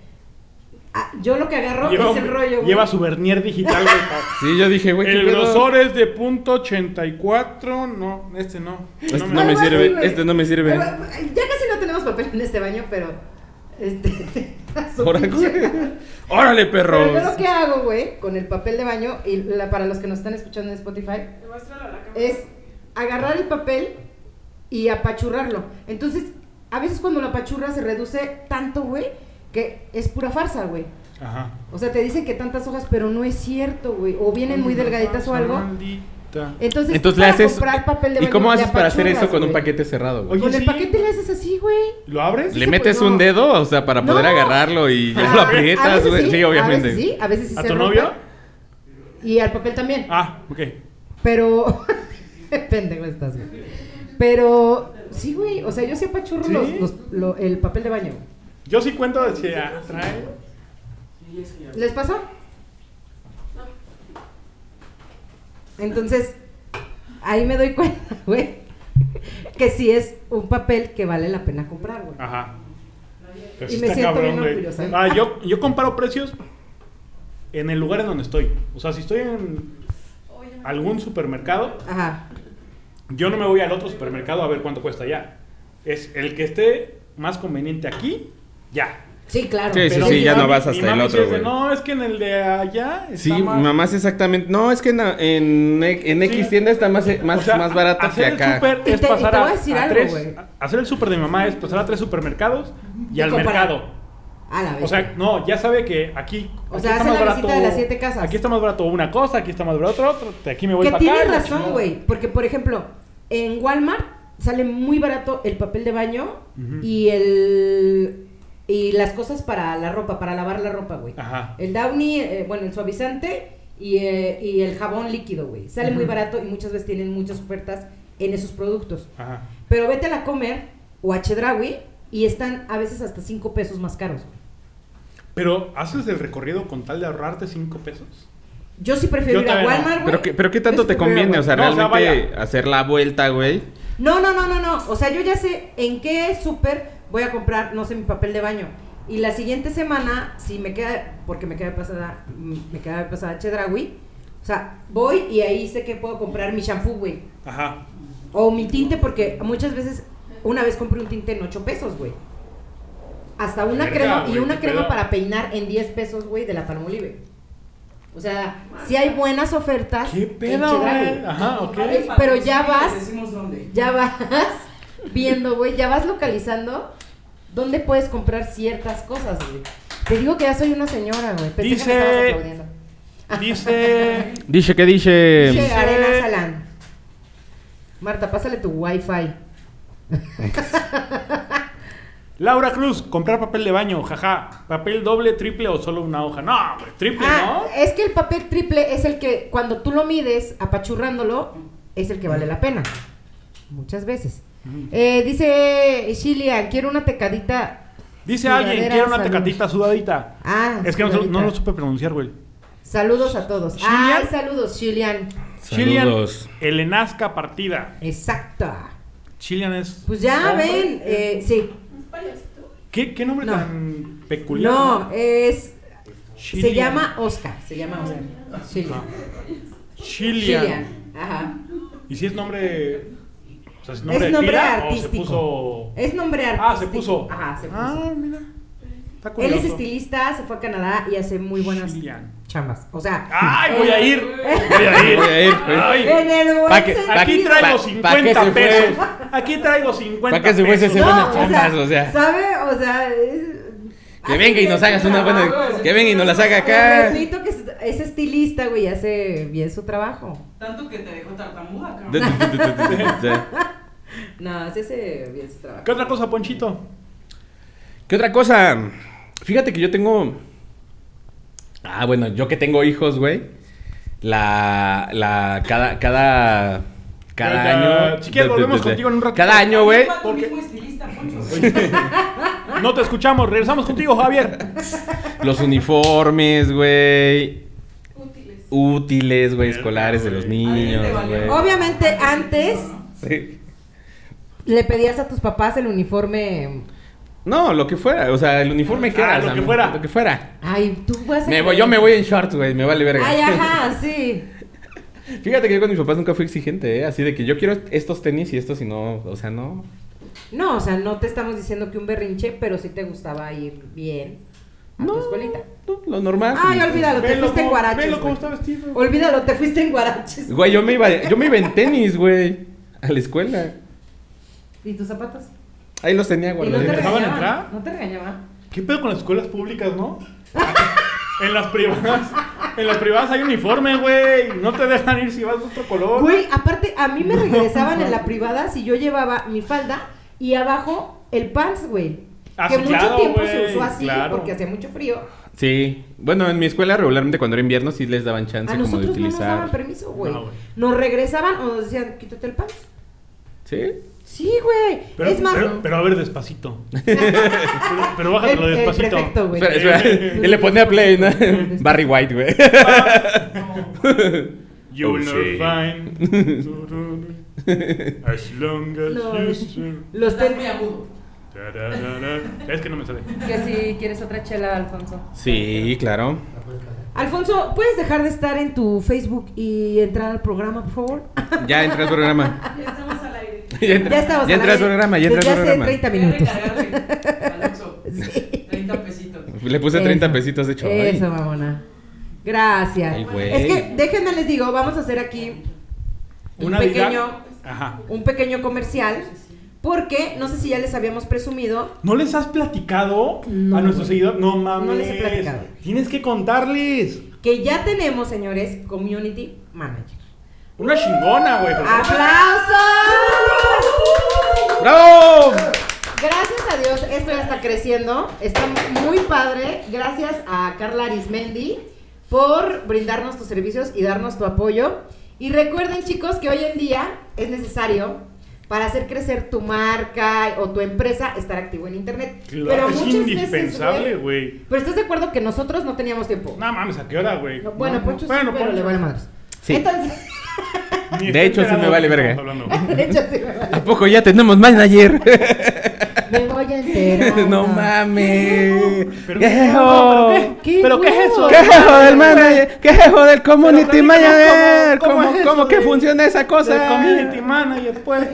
D: Ah, Yo lo que agarro
B: Lleva,
D: es el
B: un-
D: rollo, güey.
B: lleva su vernier digital, güey. pa-
C: Sí, yo dije, güey, ¿qué
B: El
C: pedo?
B: grosor es de punto 84. No, este no.
C: Este
B: No me-
C: no me
D: Algo así,
C: sirve,
D: güey.
C: este no me sirve.
D: Algo- Ya casi no tenemos papel en este baño, pero. Este. su
C: Ahora,
D: pinche-
C: güey. Órale, perros.
D: Pero yo lo que hago, güey, con el papel de baño, y la- para los que nos están escuchando en Spotify, es agarrar el papel y apachurrarlo. Entonces, a veces cuando lo apachurra se reduce tanto, güey, que es pura farsa, güey.
B: Ajá.
D: O sea, te dicen que tantas hojas, pero no es cierto, güey. O vienen muy delgaditas o algo. Eh,
B: Maldita.
D: Entonces,
C: Entonces le
D: para
C: haces.
D: comprar papel de
C: ¿Y
D: baño,
C: cómo
D: le
C: haces para hacer eso
D: apachurras,
C: con un
D: güey.
C: paquete cerrado, güey?
B: Oye,
D: Con el
B: sí.
D: paquete le haces así, güey.
B: ¿Lo abres?
C: ¿Le
D: sí,
C: metes
D: pues,
C: un
D: no.
C: dedo? O sea, para poder
D: No.
C: agarrarlo y ya lo
D: A- a
C: aprietas,
D: veces
C: güey. Sí,
D: A
C: obviamente.
D: veces sí, a veces sí
B: ¿A
D: se
B: tu
D: rompe.
B: novio?
D: Y al papel también.
B: Ah, ok.
D: Pero. Pendejo estás, güey. Pero. Sí, güey. O sea, yo sí apachurro
B: ¿Sí?
D: los- los- lo- el papel de baño.
B: Yo sí cuento de si ah, trae.
D: ¿Les pasó? Entonces, ahí me doy cuenta, güey, que sí es un papel que vale la pena comprar, güey.
B: Ajá. Pero
D: Y
B: sí
D: me
B: está
D: siento
B: cabrón,
D: bien
B: güey.
D: orgullosa. ¿eh?
B: Ah, yo, yo comparo precios en el lugar en donde estoy. O sea, si estoy en algún supermercado,
D: Ajá.
B: yo no me voy al otro supermercado a ver cuánto cuesta ya. Es el que esté más conveniente aquí, ya.
D: Sí, claro.
C: Sí, sí,
D: Pero
B: mi
C: sí, ya
B: mami-
C: no vas
B: mi
C: hasta el
B: mami sí
C: otro,
B: es de,
C: güey.
B: No, es que en el de allá está
C: Sí, mi
B: más...
C: mamá es exactamente. No, es que en, en, en X
B: Sí.
C: tienda está más, eh, más,
B: O sea,
C: más barata que
B: hacer el
C: acá.
B: súper
D: Y
B: es
D: te- y te
B: pasar
D: voy
B: a,
D: a decir
B: a
D: algo,
B: tres-
D: güey.
B: a- hacer el súper de mi mamá es pasar a tres supermercados y,
D: Y
B: al
D: comparar.
B: mercado.
D: A la vez.
B: O sea, no, ya sabe que aquí,
D: O
B: aquí
D: sea, hace la visita de las siete casas.
B: Aquí está más barato una cosa, aquí está más barato otra, de aquí me voy
D: que
B: para
D: tiene
B: acá. la
D: razón,
B: chingada.
D: güey. Porque, por ejemplo, en Walmart sale muy barato el papel de baño
B: Ujú.
D: y el. Y las cosas para la ropa, para lavar la ropa, güey.
B: Ajá.
D: El Downy, eh, bueno, el suavizante y, eh, y el jabón líquido, güey. Sale muy barato y muchas veces tienen muchas ofertas en esos productos.
B: Ajá.
D: Pero vete a la comer o a Chedraui y están a veces hasta 5 pesos más caros. güey.
B: Pero haces el recorrido con tal de ahorrarte cinco pesos.
D: Yo sí prefiero
B: Yo
D: ir a
B: también no.
D: Walmart, güey.
C: Pero, qué, pero ¿qué
D: Yo
C: tanto
D: sí
C: te
D: prefiero ir a
C: conviene? O
D: Walmart.
C: sea,
B: No, o sea,
C: realmente hacer la vuelta, güey.
D: No, no, no, no, no. O sea, yo ya sé en qué súper voy a comprar, no sé, mi papel de baño. Y la siguiente semana, si me queda, porque me queda pasada, mm, me queda pasada Chedraui, o sea, voy y ahí sé que puedo comprar mi shampoo, güey.
B: Ajá.
D: O mi tinte, porque muchas veces, una vez compré un tinte en 8 pesos, güey. hasta una
B: Verga,
D: crema y
B: güey,
D: una
B: qué
D: crema
B: pedo.
D: para peinar en 10 pesos, güey, de la Palmolive. O sea, si hay buenas ofertas.
B: ¿Qué
D: en
B: pedo,
D: Chedraui.
B: güey? Ajá, ok.
D: Pero ya vas.
E: Decimos dónde.
D: Ya vas viendo, güey, ya vas localizando dónde puedes comprar ciertas cosas, güey. Te digo que ya soy una señora, güey. Pensé que
B: Dice-
D: me estabas aplaudiendo.
B: Dice.
C: Dice que dice.
D: Dice
B: Dice-
D: Arena Salán. Marta, pásale tu wifi.
B: Laura Cruz, comprar papel de baño, jaja. ¿Papel doble, triple o solo una hoja? No, güey, triple,
D: Ah,
B: ¿no?
D: es que el papel triple es el que cuando tú lo mides apachurrándolo es el que vale la pena. Muchas veces.
B: Mm.
D: Eh, dice Shilia, quiero una tecadita.
B: Dice alguien,
D: Tiradera
B: quiero una
D: salud.
B: tecatita sudadita.
D: Ah,
B: Es que no, se-
D: sudadita.
B: no lo supe pronunciar, güey.
D: Saludos a todos.
B: ¿Shilian?
D: Ay, saludos, Shilian.
B: Chilian,
C: Saludos.
B: Elenazca partida.
D: Exacto.
B: Chilian es.
D: Pues ya
B: hombre.
D: ven, eh, sí.
B: ¿Qué, qué nombre
D: No.
B: tan peculiar?
D: No, es se
B: Chilian.
D: llama Oscar, se llama Oscar.
C: Ah,
D: Shilian.
B: Chilian.
D: Shilian. Ajá.
B: ¿Y si es nombre. O sea, es nombre,
D: es
B: de
D: nombre
B: pila
D: artístico.
B: O se puso.
D: Es nombre artístico.
B: Ah, se puso.
D: Ajá, se puso.
B: Ah, mira. Está
D: Él
B: curioso.
D: es estilista, se fue a Canadá y hace muy buenas
B: Shilian.
D: chambas. O sea,
B: ¡Ay, voy a ir!
D: Eh.
B: Voy a ir.
C: Voy a ir.
B: Ay.
D: en el buen
C: Pa' que-
D: sentido.
C: pa'
B: Aquí
C: que-
B: traigo
C: pa-
B: 50
C: pa' qué se fue.
B: pesos. Aquí traigo 50
C: Pa' qué se fue ese
B: pesos.
C: se buenas chambas, o sea.
D: ¿Sabe? O sea, es-
C: Que venga y nos hagas una buena. Que venga y nos la haga
D: Pero
C: acá.
D: repito que es, es estilista, güey, y hace bien su trabajo.
E: Tanto que te dejó tartamuda, cabrón.
D: No, sí hace bien su trabajo.
B: ¿Qué otra cosa, Ponchito?
C: ¿Qué otra cosa? Fíjate que yo tengo. Ah, bueno, yo que tengo hijos, güey. La. La. Cada. Cada. Cada
B: Venga,
C: año.
B: si quieres, volvemos contigo en un ratito.
C: Cada año, güey.
E: Fue tu
B: porque-
E: mismo estilista, Poncho.
B: No te escuchamos, regresamos contigo, Javier.
C: Los uniformes, güey.
E: Útiles.
C: Útiles, güey, escolares de los
B: güey.
C: niños,
E: Ay, te
C: güey.
E: valió.
D: Obviamente, antes
C: Sí.
D: le pedías a tus papás el uniforme.
C: No, lo que fuera. O sea, el uniforme que
B: Ah,
C: era.
B: lo
C: o sea,
B: que fuera.
C: Lo que fuera.
D: Ay, tú vas a.
C: Me voy- yo me voy en shorts, güey. Me vale verga.
D: Ay, ajá, sí.
C: Fíjate que yo con mis papás nunca fui exigente, ¿eh? Así de que yo quiero estos tenis y estos y no. O sea, no.
D: No, o sea, no te estamos diciendo que un berrinche, pero sí te gustaba ir bien a tu escuelita.
C: No, lo normal.
D: Ay, olvídalo, te
B: Velo
D: fuiste en
B: cómo-
D: guaraches.
B: Velo cómo
D: güey.
B: está vestido.
D: Olvídalo, te fuiste en guaraches.
C: Güey, yo me iba, yo me iba en tenis, güey. A la escuela.
D: ¿Y tus zapatos?
C: Ahí los tenía
D: ¿Y no te
B: ¿Te
C: guardados.
B: dejaban
D: regañaban?
B: entrar?
D: ¿No te regañaban?
B: ¿Qué pedo con las escuelas públicas, no? En las privadas. En las privadas hay uniforme, güey. No te dejan ir si vas de otro color.
D: Güey, aparte, a mí me regresaban en la privada si yo llevaba mi falda y abajo el pants, güey.
B: Ah,
D: que
B: sí,
D: mucho
B: claro,
D: tiempo se
B: güey,
D: usó así
B: claro.
D: porque hacía mucho frío.
C: Sí. Bueno, en mi escuela regularmente cuando era invierno sí les daban chance
D: A
C: como de
D: nosotros no nos daban
C: utilizar.
D: permiso, güey.
B: No, güey.
D: nos regresaban o nos decían, quítate el pants.
C: ¿Sí?
D: Sí, güey.
B: Pero,
D: es más,
B: pero, pero a ver, despacito. Pero, pero bájatelo
D: el- el
B: despacito.
D: prefecto, eh, güey.
C: Espera, espera. Y le ponía play, ¿no? Barry White, güey.
B: You'll
C: Oh,
B: not
C: sí.
B: find. As long as
D: No,
B: you
D: güey.
B: search.
D: los
E: Estás muy
D: tenis.
E: agudo.
B: Tararara. Es que no me sale.
D: Que si quieres otra chela, Alfonso.
C: Sí, claro.
D: Alfonso, ¿puedes dejar de estar en tu Facebook y entrar al programa, por favor?
C: Ya entré al programa.
E: Ya estamos al aire.
C: Ya entré,
D: Ya estamos.
C: ya entré al
D: al aire
C: programa, ya entré al
D: desde hace
C: programa.
D: 30
E: Voy a
D: minutos.
E: recargarle al Oxxo. 30 pesitos.
C: Le puse 30
D: Eso.
C: pesitos de hecho. ay.
D: Eso, mamona. Gracias.
C: Ay, güey.
D: es que déjenme les digo, vamos a hacer aquí un
B: Una vida-
D: pequeño,
B: Ajá.
D: un pequeño comercial porque no sé si ya les habíamos presumido.
B: ¿No les has platicado
D: No,
B: a nuestros
D: güey.
B: seguidores? No mames.
D: No les he platicado.
B: Tienes que contarles.
D: Que ya tenemos, señores, community manager.
B: Una chingona, güey. pero-
D: Ah, ¡Aplausos!
C: ¡Bravo!
D: Gracias a Dios, esto ya está creciendo. Está muy padre. Gracias a Carla Arismendi por brindarnos tus servicios y darnos tu apoyo. Y recuerden, chicos, que hoy en día es necesario para hacer crecer tu marca o tu empresa estar activo en internet.
B: Claro,
D: Pero
B: es
D: muchas veces,
B: indispensable,
D: güey,
B: güey.
D: Pero estás de acuerdo que nosotros no teníamos tiempo.
B: No mames, ¿a qué hora, güey?
D: No, bueno,
B: No,
D: Poncho sí,
B: bueno,
D: pero
B: Poncho.
D: le vale madres.
C: Sí.
D: Entonces,
B: Ni está
C: De hecho, sí
B: enterado
C: me vale
B: de lo que
C: verga.
B: estamos hablando.
D: de hecho, sí me vale.
C: ¿A poco ya tenemos manager?
D: Me voy a enterar.
C: No mames.
B: Pero-
C: ¡Quejo!
B: ¿Pero qué?
D: ¡Qué
B: ¿Pero qué es eso?
D: huevo!
C: ¡Quejo del manager! ¡Quejo del community
B: Pero platícanos
C: manager!
B: cómo-
C: ¿Cómo,
B: cómo es eso
C: cómo que
B: de-
C: funciona esa cosa?
B: Del community manager, pues.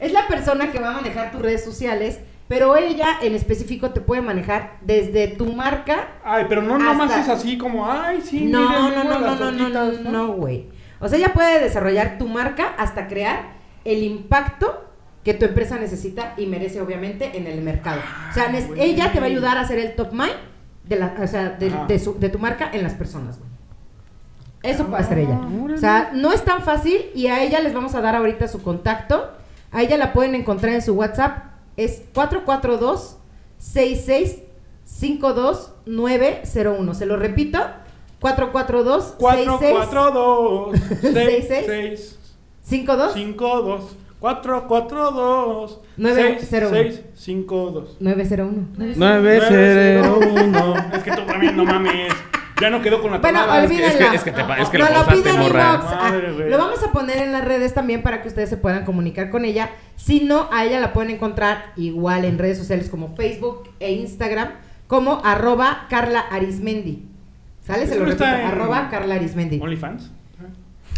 D: Es la persona que va a manejar tus redes sociales Pero ella en específico te puede manejar desde tu marca
B: Ay, pero no nomás
D: Hasta-
B: es así como, ay, sí,
D: no,
B: miren,
D: no,
B: miren
D: no, no,
B: las
D: no, no, no,
B: tortitas,
D: no, güey. O sea, ella puede desarrollar tu marca hasta crear el impacto que tu empresa necesita y merece, obviamente, en el mercado. O sea, nes-
B: güey.
D: ella te va a ayudar a hacer el top mind de, la, o sea, de,
B: Ajá.
D: de su- de tu marca en las personas, güey. Eso puede hacer ella.
B: Ah,
D: O sea, no es tan fácil y a ella les vamos a dar ahorita su contacto. A ella la pueden encontrar en su WhatsApp. Es 442 66 52901. Se lo repito. 442
B: 4, 4, 2, 6,
D: Seis,
B: 6,
D: seis.
B: 6, 5, 2. 4, 4, 2,
D: Nueve,
B: 6,
D: cero,
B: 6, 5, 2.
D: 901.
C: Nueve cero uno.
B: Es que tú también no mames. Ya no quedó con la
D: Bueno,
B: tonada.
C: Ah, es que-
D: olvídenla.
C: es que- es que te pa- es que
D: No
C: le
D: lo
C: pausaste,
D: piden
C: morra.
D: inbox. Ah,
B: Madre, güey.
D: lo vamos a poner en las redes también para que ustedes se puedan comunicar con ella. Si no, a ella la pueden encontrar igual en redes sociales como Facebook e Instagram como arroba Carla Arismendi. ¿Sale? Se
B: Eso no
D: lo repito.
B: está en-
D: Arroba Carla Arismendi.
B: OnlyFans.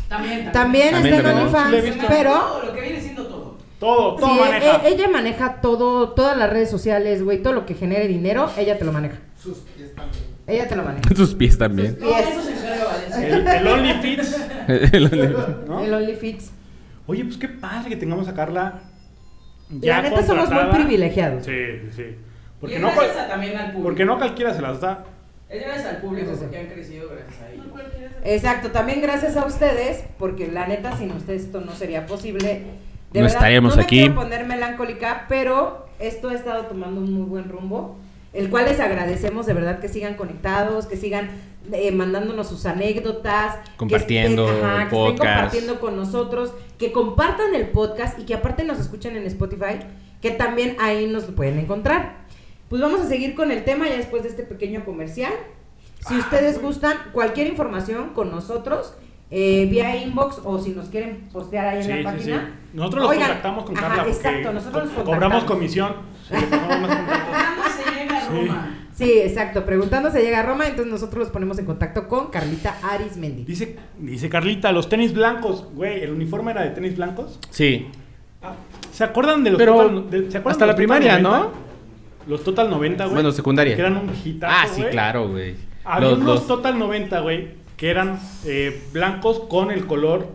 E: También,
D: También,
C: También
D: está en
C: tenemos.
B: Le he
D: OnlyFans,
B: visto.
D: pero...
E: Todo lo que viene siendo todo.
B: Todo, todo
D: sí,
B: maneja.
D: e- ella maneja todo, todas las redes sociales, güey, todo lo que genere dinero, ella te lo maneja.
F: Sus pies también.
D: Ella te lo maneja.
C: Sus pies también.
E: Todo
D: Yes.
E: eso se encarga Valencia.
B: El, el OnlyFits. ¿No?
D: El OnlyFits.
B: Oye, pues qué padre que tengamos a Carla.
D: La neta somos muy
B: contratada.
D: privilegiados.
B: Sí, sí.
E: y
B: Porque
E: es
B: no,
E: gracias
B: cual-
E: a- también al público.
B: porque no cualquiera se las da.
E: Es gracias al público
D: Eso sí.
E: porque han crecido gracias a ellos.
D: Exacto, también gracias a ustedes, porque la neta, sin ustedes esto no sería posible.
C: No estaríamos
D: no me
C: aquí.
D: quiero poner melancólica, pero esto ha estado tomando un muy buen rumbo, el cual les agradecemos de verdad que sigan conectados, que sigan eh, mandándonos sus anécdotas, que
C: Compartiendo
D: estén-
C: el
D: que estén
C: podcast.
D: compartiendo con nosotros, que compartan el podcast y que aparte nos escuchen en Spotify, que también ahí nos lo pueden encontrar. Pues vamos a seguir con el tema ya después de este pequeño comercial. Si
B: Ah,
D: ustedes gustan cualquier información con nosotros, eh, vía inbox o si nos quieren postear ahí en
B: Sí,
D: la
B: sí, sí.
D: página.
B: Nosotros los
D: Oigan,
B: contactamos con
D: ajá,
B: Carla porque
D: exacto, nosotros los
B: co- cobramos
D: contactamos.
B: comisión. Sí, le cobramos más contacto.
E: ¿Cuándo se llega a Roma?
D: Sí, exacto. Preguntando se llega a Roma, entonces nosotros los ponemos en contacto con Carlita Arismendi.
B: Dice, dice Carlita, los tenis blancos. Güey, el uniforme era de tenis blancos.
C: Sí.
B: ¿Se acuerdan de los
C: Pero
B: Total- de- ¿se acuerdan
C: hasta
B: de
C: la
B: los
C: primaria,
B: Total
C: ¿no?
B: 90? Los Total 90, güey.
C: Bueno, secundaria.
B: Que eran un hitazo,
C: Ah, sí,
B: güey.
C: claro, güey.
B: Había
C: Los,
B: unos
C: los-
B: Total 90, güey, que eran eh, blancos con el color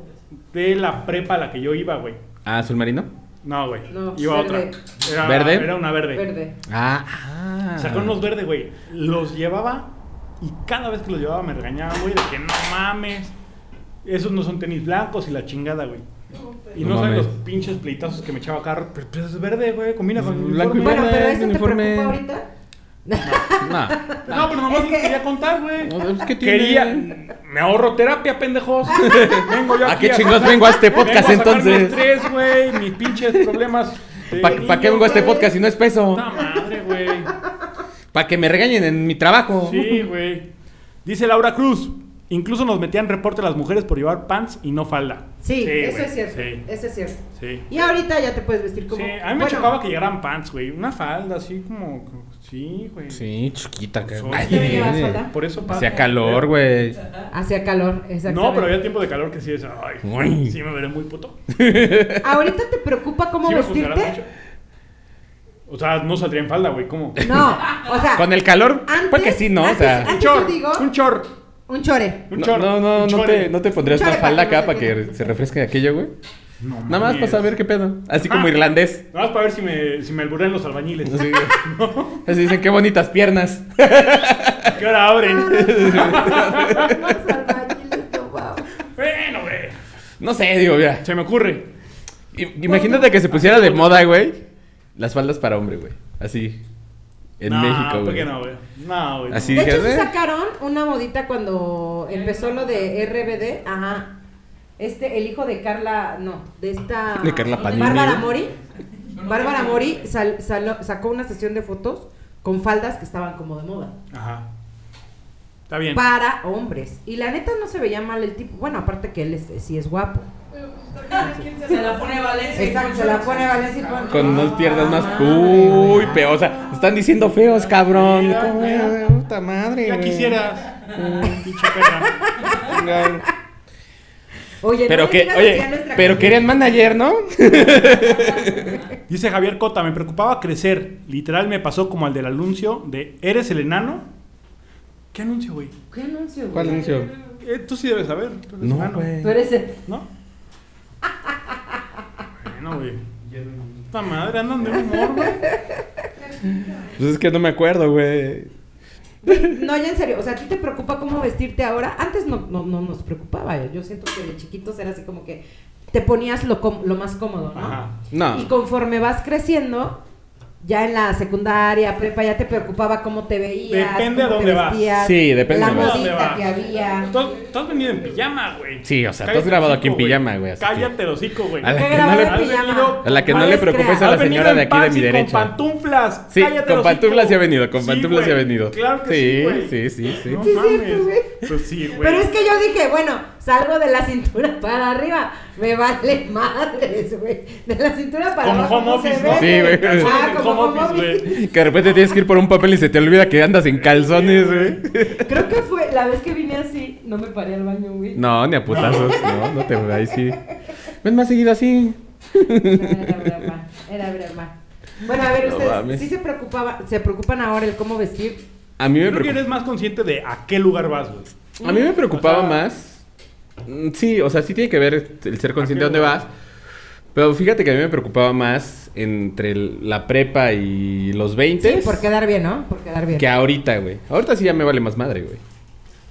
B: de la prepa a la que yo iba, güey.
C: Ah, azul marino.
B: No, güey.
D: No,
B: iba
D: verde.
B: otra. Era,
C: ¿Verde?
B: Era una verde.
D: Verde.
C: Ah, ah.
B: Sacó unos verdes, güey. Los llevaba y cada vez que los llevaba me regañaban, güey, de que no mames. Esos no son tenis blancos y la chingada, güey. Y no,
C: No
B: saben
C: mames.
B: los pinches pleitazos que me echaba carro. Pero, pero es verde, güey. Combina con el
C: Blanco y
B: uniforme.
D: Bueno,
C: verde,
D: pero eso te
C: uniforme.
D: preocupa ahorita.
C: No.
B: No, pero nomás
D: Es
B: les
D: que-
B: quería contar, güey.
C: No, pues, ¿qué tiene?
B: quería. Me ahorro terapia, pendejos. vengo yo
C: ¿A
B: aquí
C: Ah, qué chingados vengo a este podcast
B: vengo a sacar
C: entonces?
B: mis tres, güey. Mis pinches problemas. de
C: ¿Para qué vengo a este podcast si no es peso?
B: Puta madre, güey.
C: Para que me regañen en mi trabajo.
B: Sí, güey. Dice Laura Cruz. Incluso nos metían reporte a las mujeres por llevar pants y no falda.
D: Sí, eso
B: güey,
D: es cierto.
B: Sí,
D: Eso es cierto.
B: sí.
D: Y ahorita ya te puedes vestir como.
B: Sí, a mí me
D: bueno,
B: chocaba que llegaran pants, güey. Una falda así como. Sí, güey.
C: Sí, chiquita. que-
B: Soy-
C: Ay,
D: ¿Te llevas
C: eh.
D: falda?
B: Por eso pasa.
C: Hacía calor, güey.
D: Hacía calor, exacto.
B: No, pero había tiempo de calor que sí es. Ay,
C: Uy.
B: sí me veré muy puto.
D: ¿Ahorita te preocupa cómo
B: ¿Sí me juzgarás
D: vestirte?
B: mucho? O sea, no saldría en falda, güey. ¿Cómo?
D: No, o sea.
C: Con el calor,
D: Antes-
C: porque sí, ¿no? O
D: antes-
C: sea.
D: antes-
B: Un chor,
D: yo digo-
B: un chor,
D: Un chore.
B: un
C: No,
B: chor.
C: no, no, no te, no te pondrías
D: Un
C: una
D: chore para
C: falda
D: que
C: acá
D: no se
C: para que
D: quede.
C: se refresque aquello, güey. Nada más para
B: mames.
C: saber qué pedo. Así como
B: Ajá.
C: irlandés.
B: Nada más para ver si me, si me alburean los albañiles.
C: Así, así dicen, qué bonitas piernas.
B: ¿Qué hora abren?
D: Los albañiles, no, wow.
B: bueno, güey.
C: No sé, digo, mira.
B: Se me ocurre.
C: I- Imagínate que se pusiera de moda, güey. Las faldas para hombre, güey. Así. En
B: No,
C: México,
B: ¿Por
C: güey.
B: qué no, güey? No, güey.
C: Así.
D: De hecho,
C: Fíjate.
D: se sacaron una modita cuando empezó lo de RBD. Ajá. Este, el hijo de Carla, no, de esta.
C: De Carla Panini,
D: Bárbara
C: güey.
D: Mori. Bárbara Mori sal- salo- sacó una sesión de fotos con faldas que estaban como de moda.
B: no. Ajá. Está bien.
D: Para hombres. Y la neta no se veía mal el tipo. Bueno, aparte que él este, sí es guapo.
E: Se la pone Valencia. y
D: Exacto,
E: Poncho
D: se la
E: Rosas.
D: pone Valencia y pone-
C: Con unas piernas más.
D: Ah,
C: Uy,
D: madre.
C: peor. O sea, están diciendo feos, cabrón.
B: Mira,
C: ¿Cómo,
B: mira.
C: güey? Puta madre.
B: Ya
C: güey.
B: quisieras. Pinche perra.
C: Venga.
D: Oye,
C: Pero
D: no le
C: que,
D: digas así
C: oye,
D: a nuestra
C: pero
D: gente.
C: querían manager, ¿no?
B: Dice Javier Cota, me preocupaba crecer. Literal me pasó como al del anuncio de ¿Eres el enano? ¿Qué anuncio, güey?
D: ¿Qué anuncio? güey?
C: ¿Cuál anuncio?
B: Eh, tú sí debes saber. tú eres enano.
D: Tú eres el-
B: ¿No? Bueno, güey. Esta madre, andan de humor, güey.
C: Pues es que no me acuerdo, güey.
D: No, ya en serio, o sea, ¿a ti te preocupa cómo vestirte ahora? Antes no, no, no nos preocupaba, yo siento que de chiquitos era así como que te ponías lo, com- lo más cómodo, ¿no?
B: Ajá.
C: No.
D: Y conforme vas creciendo, ya en la secundaria, prepa, ya te preocupaba cómo te veías.
B: Depende
D: cómo
B: a
D: te
B: dónde vas.
D: vestías,
C: Sí, depende
D: La
C: a dónde
D: modita
B: vas.
D: que había.
B: Tú, has- tú has venido en pijama, güey.
C: Sí, o sea, tú has
B: Cállate
C: grabado
B: el
C: aquí en
B: hocico,
C: pijama, güey, así
B: Cállate el hocico, güey.
C: A la
D: Fue
C: que no
D: grabado
C: le-
D: en
B: Has
D: pijama.
B: venido-
C: A la que no
D: Mal
C: le
D: es
C: preocupes a
D: crear.
C: la
B: Has venido
C: señora de
B: en
C: aquí de
B: pants
C: mi
B: y
C: derecha.
B: Con pantuflas.
C: Sí,
B: Cállate
C: con
B: el
C: pantuflas
B: hocico.
C: ya ha venido, con pantuflas
B: güey.
C: ya ha venido.
B: Claro que sí,
C: Sí,
B: güey.
C: sí, sí, sí.
B: No
D: Sí, es cierto,
B: mames.
D: güey.
B: Pues sí, güey.
D: Pero es que yo dije, bueno, salgo de la cintura para arriba, me vale madres, güey. De la cintura para
B: Como
D: abajo
B: home
D: no se
B: office,
D: ve,
B: ¿no?
C: Sí, güey.
D: Ah, como
B: Como
D: home
B: home office,
D: office.
C: Que de repente tienes que ir por un papel y se te olvida que andas en calzones, güey.
D: Creo que fue la vez que vine así, no me paré al baño, güey.
C: No, ni a putazos, no, no te ahí sí. Ven más seguido así.
D: Era broma, era broma. Bueno, a ver,
C: No
D: ustedes
C: mames.
D: sí se preocupaba, se preocupan ahora el cómo vestir.
C: A mí me
B: Creo que
C: preocupa.
B: eres más consciente de a qué lugar vas, güey.
C: A mí me preocupaba
B: O sea-
C: más. mm, Sí, o sea, sí tiene que ver el ser consciente de dónde
B: lugar?
C: vas. Pero fíjate que a mí me preocupaba más entre el- la prepa y los 20
D: Sí, por quedar bien, ¿no? Por quedar bien.
C: que ahorita, güey. Ahorita sí ya me vale más madre, güey.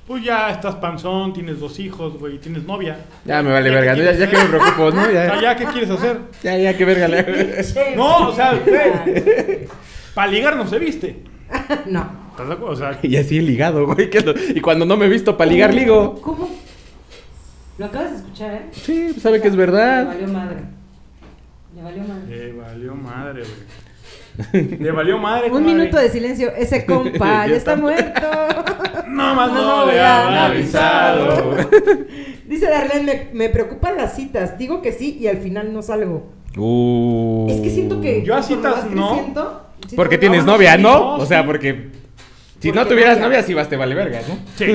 B: Pues ya estás panzón, tienes dos hijos, güey, tienes novia.
C: Ya me vale
B: ¿Ya
C: verga,
B: qué
C: ¿no? ya, ya
B: quieres
C: que me
B: hacer?
C: preocupo, ¿no?
B: O sea,
C: Ya,
B: ya, ¿qué quieres hacer?
C: ya, ya que verga. le-
B: No, o sea, Para ligar no se viste.
D: no.
B: ¿Estás de acuerdo? O sea,
C: Y así ligado, güey. que lo- Y cuando no me he visto para ligar, ligo.
D: ¿Cómo? Lo acabas de escuchar, ¿eh?
C: Sí, pues sabe que es
D: Le
C: verdad.
D: valió madre. Le valió madre.
B: le valió madre, güey. Le valió madre.
D: Un
B: comadre.
D: minuto de silencio. Ese compa ya
C: Ya
D: está
C: está.
D: muerto.
B: No más
D: No,
B: no, le
D: ya,
B: han
D: no
B: avisado.
D: Dice Darlene, me, me preocupan las citas. Digo que sí y al final no salgo.
C: Uh.
D: Es que siento que.
B: Yo a
D: conforme
B: citas
D: vas
B: no.
D: creciendo, sí
C: Porque
D: te-
C: tienes
B: no,
C: novia,
B: sí,
C: ¿no?
B: no,
C: O sea,
B: sí.
C: porque. Si no
D: Porque
C: tuvieras
D: novia.
C: novia, sí vas, te vale verga, ¿no?
B: Sí. Sí,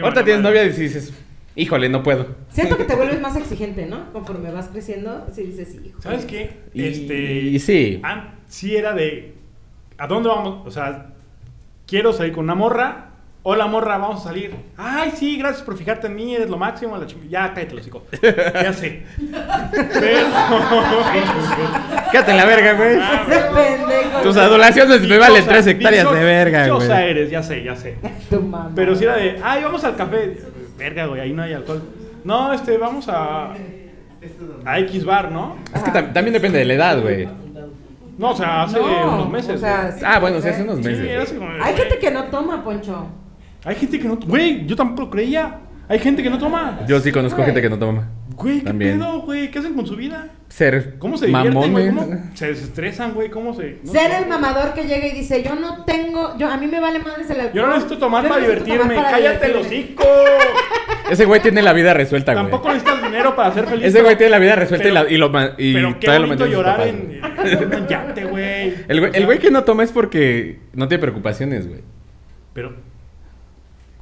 C: Ahorita
B: valió
C: tienes
B: madre.
C: novia y dices, híjole, no puedo.
D: Siento que te vuelves más exigente, ¿no? Conforme vas creciendo, sí dices, sí, hijo.
B: ¿Sabes qué?
C: Y-
B: este.
C: y sí.
B: an- sí era de. ¿A dónde vamos? O sea, quiero salir con una morra. Hola morra, vamos a salir. Ay, sí, gracias por fijarte en mí, eres lo máximo. La chingada. ya, cállate, los hocico. Ya sé. Pero.
C: Quédate en la verga, güey.
B: Ah,
D: Ese pendejo.
C: Tus adulaciones me valen
B: valen
C: 3 hectáreas de verga, güey.
B: eres, ya sé, ya sé.
D: Tu mamá.
B: Pero si era de, ay, vamos al café. Verga, güey, ahí no hay alcohol. No, este, vamos a. A X bar, ¿no?
C: Es que tam- también depende de la edad, güey.
B: No, o sea, hace
D: No,
B: unos meses.
D: o sea,
B: güey.
D: sí,
C: Ah, bueno, sí,
D: ¿eh?
C: hace unos
B: Sí,
C: meses.
B: era así como de,
D: Hay
B: güey,
D: gente que no toma, Poncho.
B: Hay gente que no. Güey, yo tampoco creía. Hay gente que no toma.
C: Yo sí conozco
D: Güey.
C: gente que no toma.
B: Güey, ¿qué
C: También.
B: pedo, güey? ¿Qué hacen con su vida?
C: Ser
B: ¿Cómo se divierten, güey?
C: mamones.
B: ¿Cómo se desestresan, güey? ¿Cómo se.? no
D: Ser
B: sé.
D: el mamador que llega y dice, yo no tengo, yo a mí me vale madres el alcohol.
B: Yo no necesito tomar
D: Yo no
B: para
D: necesito tomar
B: divertirme.
D: para
B: Cállate el
D: divertirme".
B: hocico.
C: Ese güey tiene la vida resuelta, güey.
B: Tampoco necesitas dinero para ser feliz.
C: Ese güey tiene la vida resuelta y
B: Pero-
C: la- y, lo ma- y
B: Pero qué
C: todavía lo
B: bonito
C: mantiene sus
B: llorar
C: papás,
B: en,
C: güey.
B: en un yate, güey.
C: El güey, el güey que no toma es porque no tiene preocupaciones, güey.
B: Pero.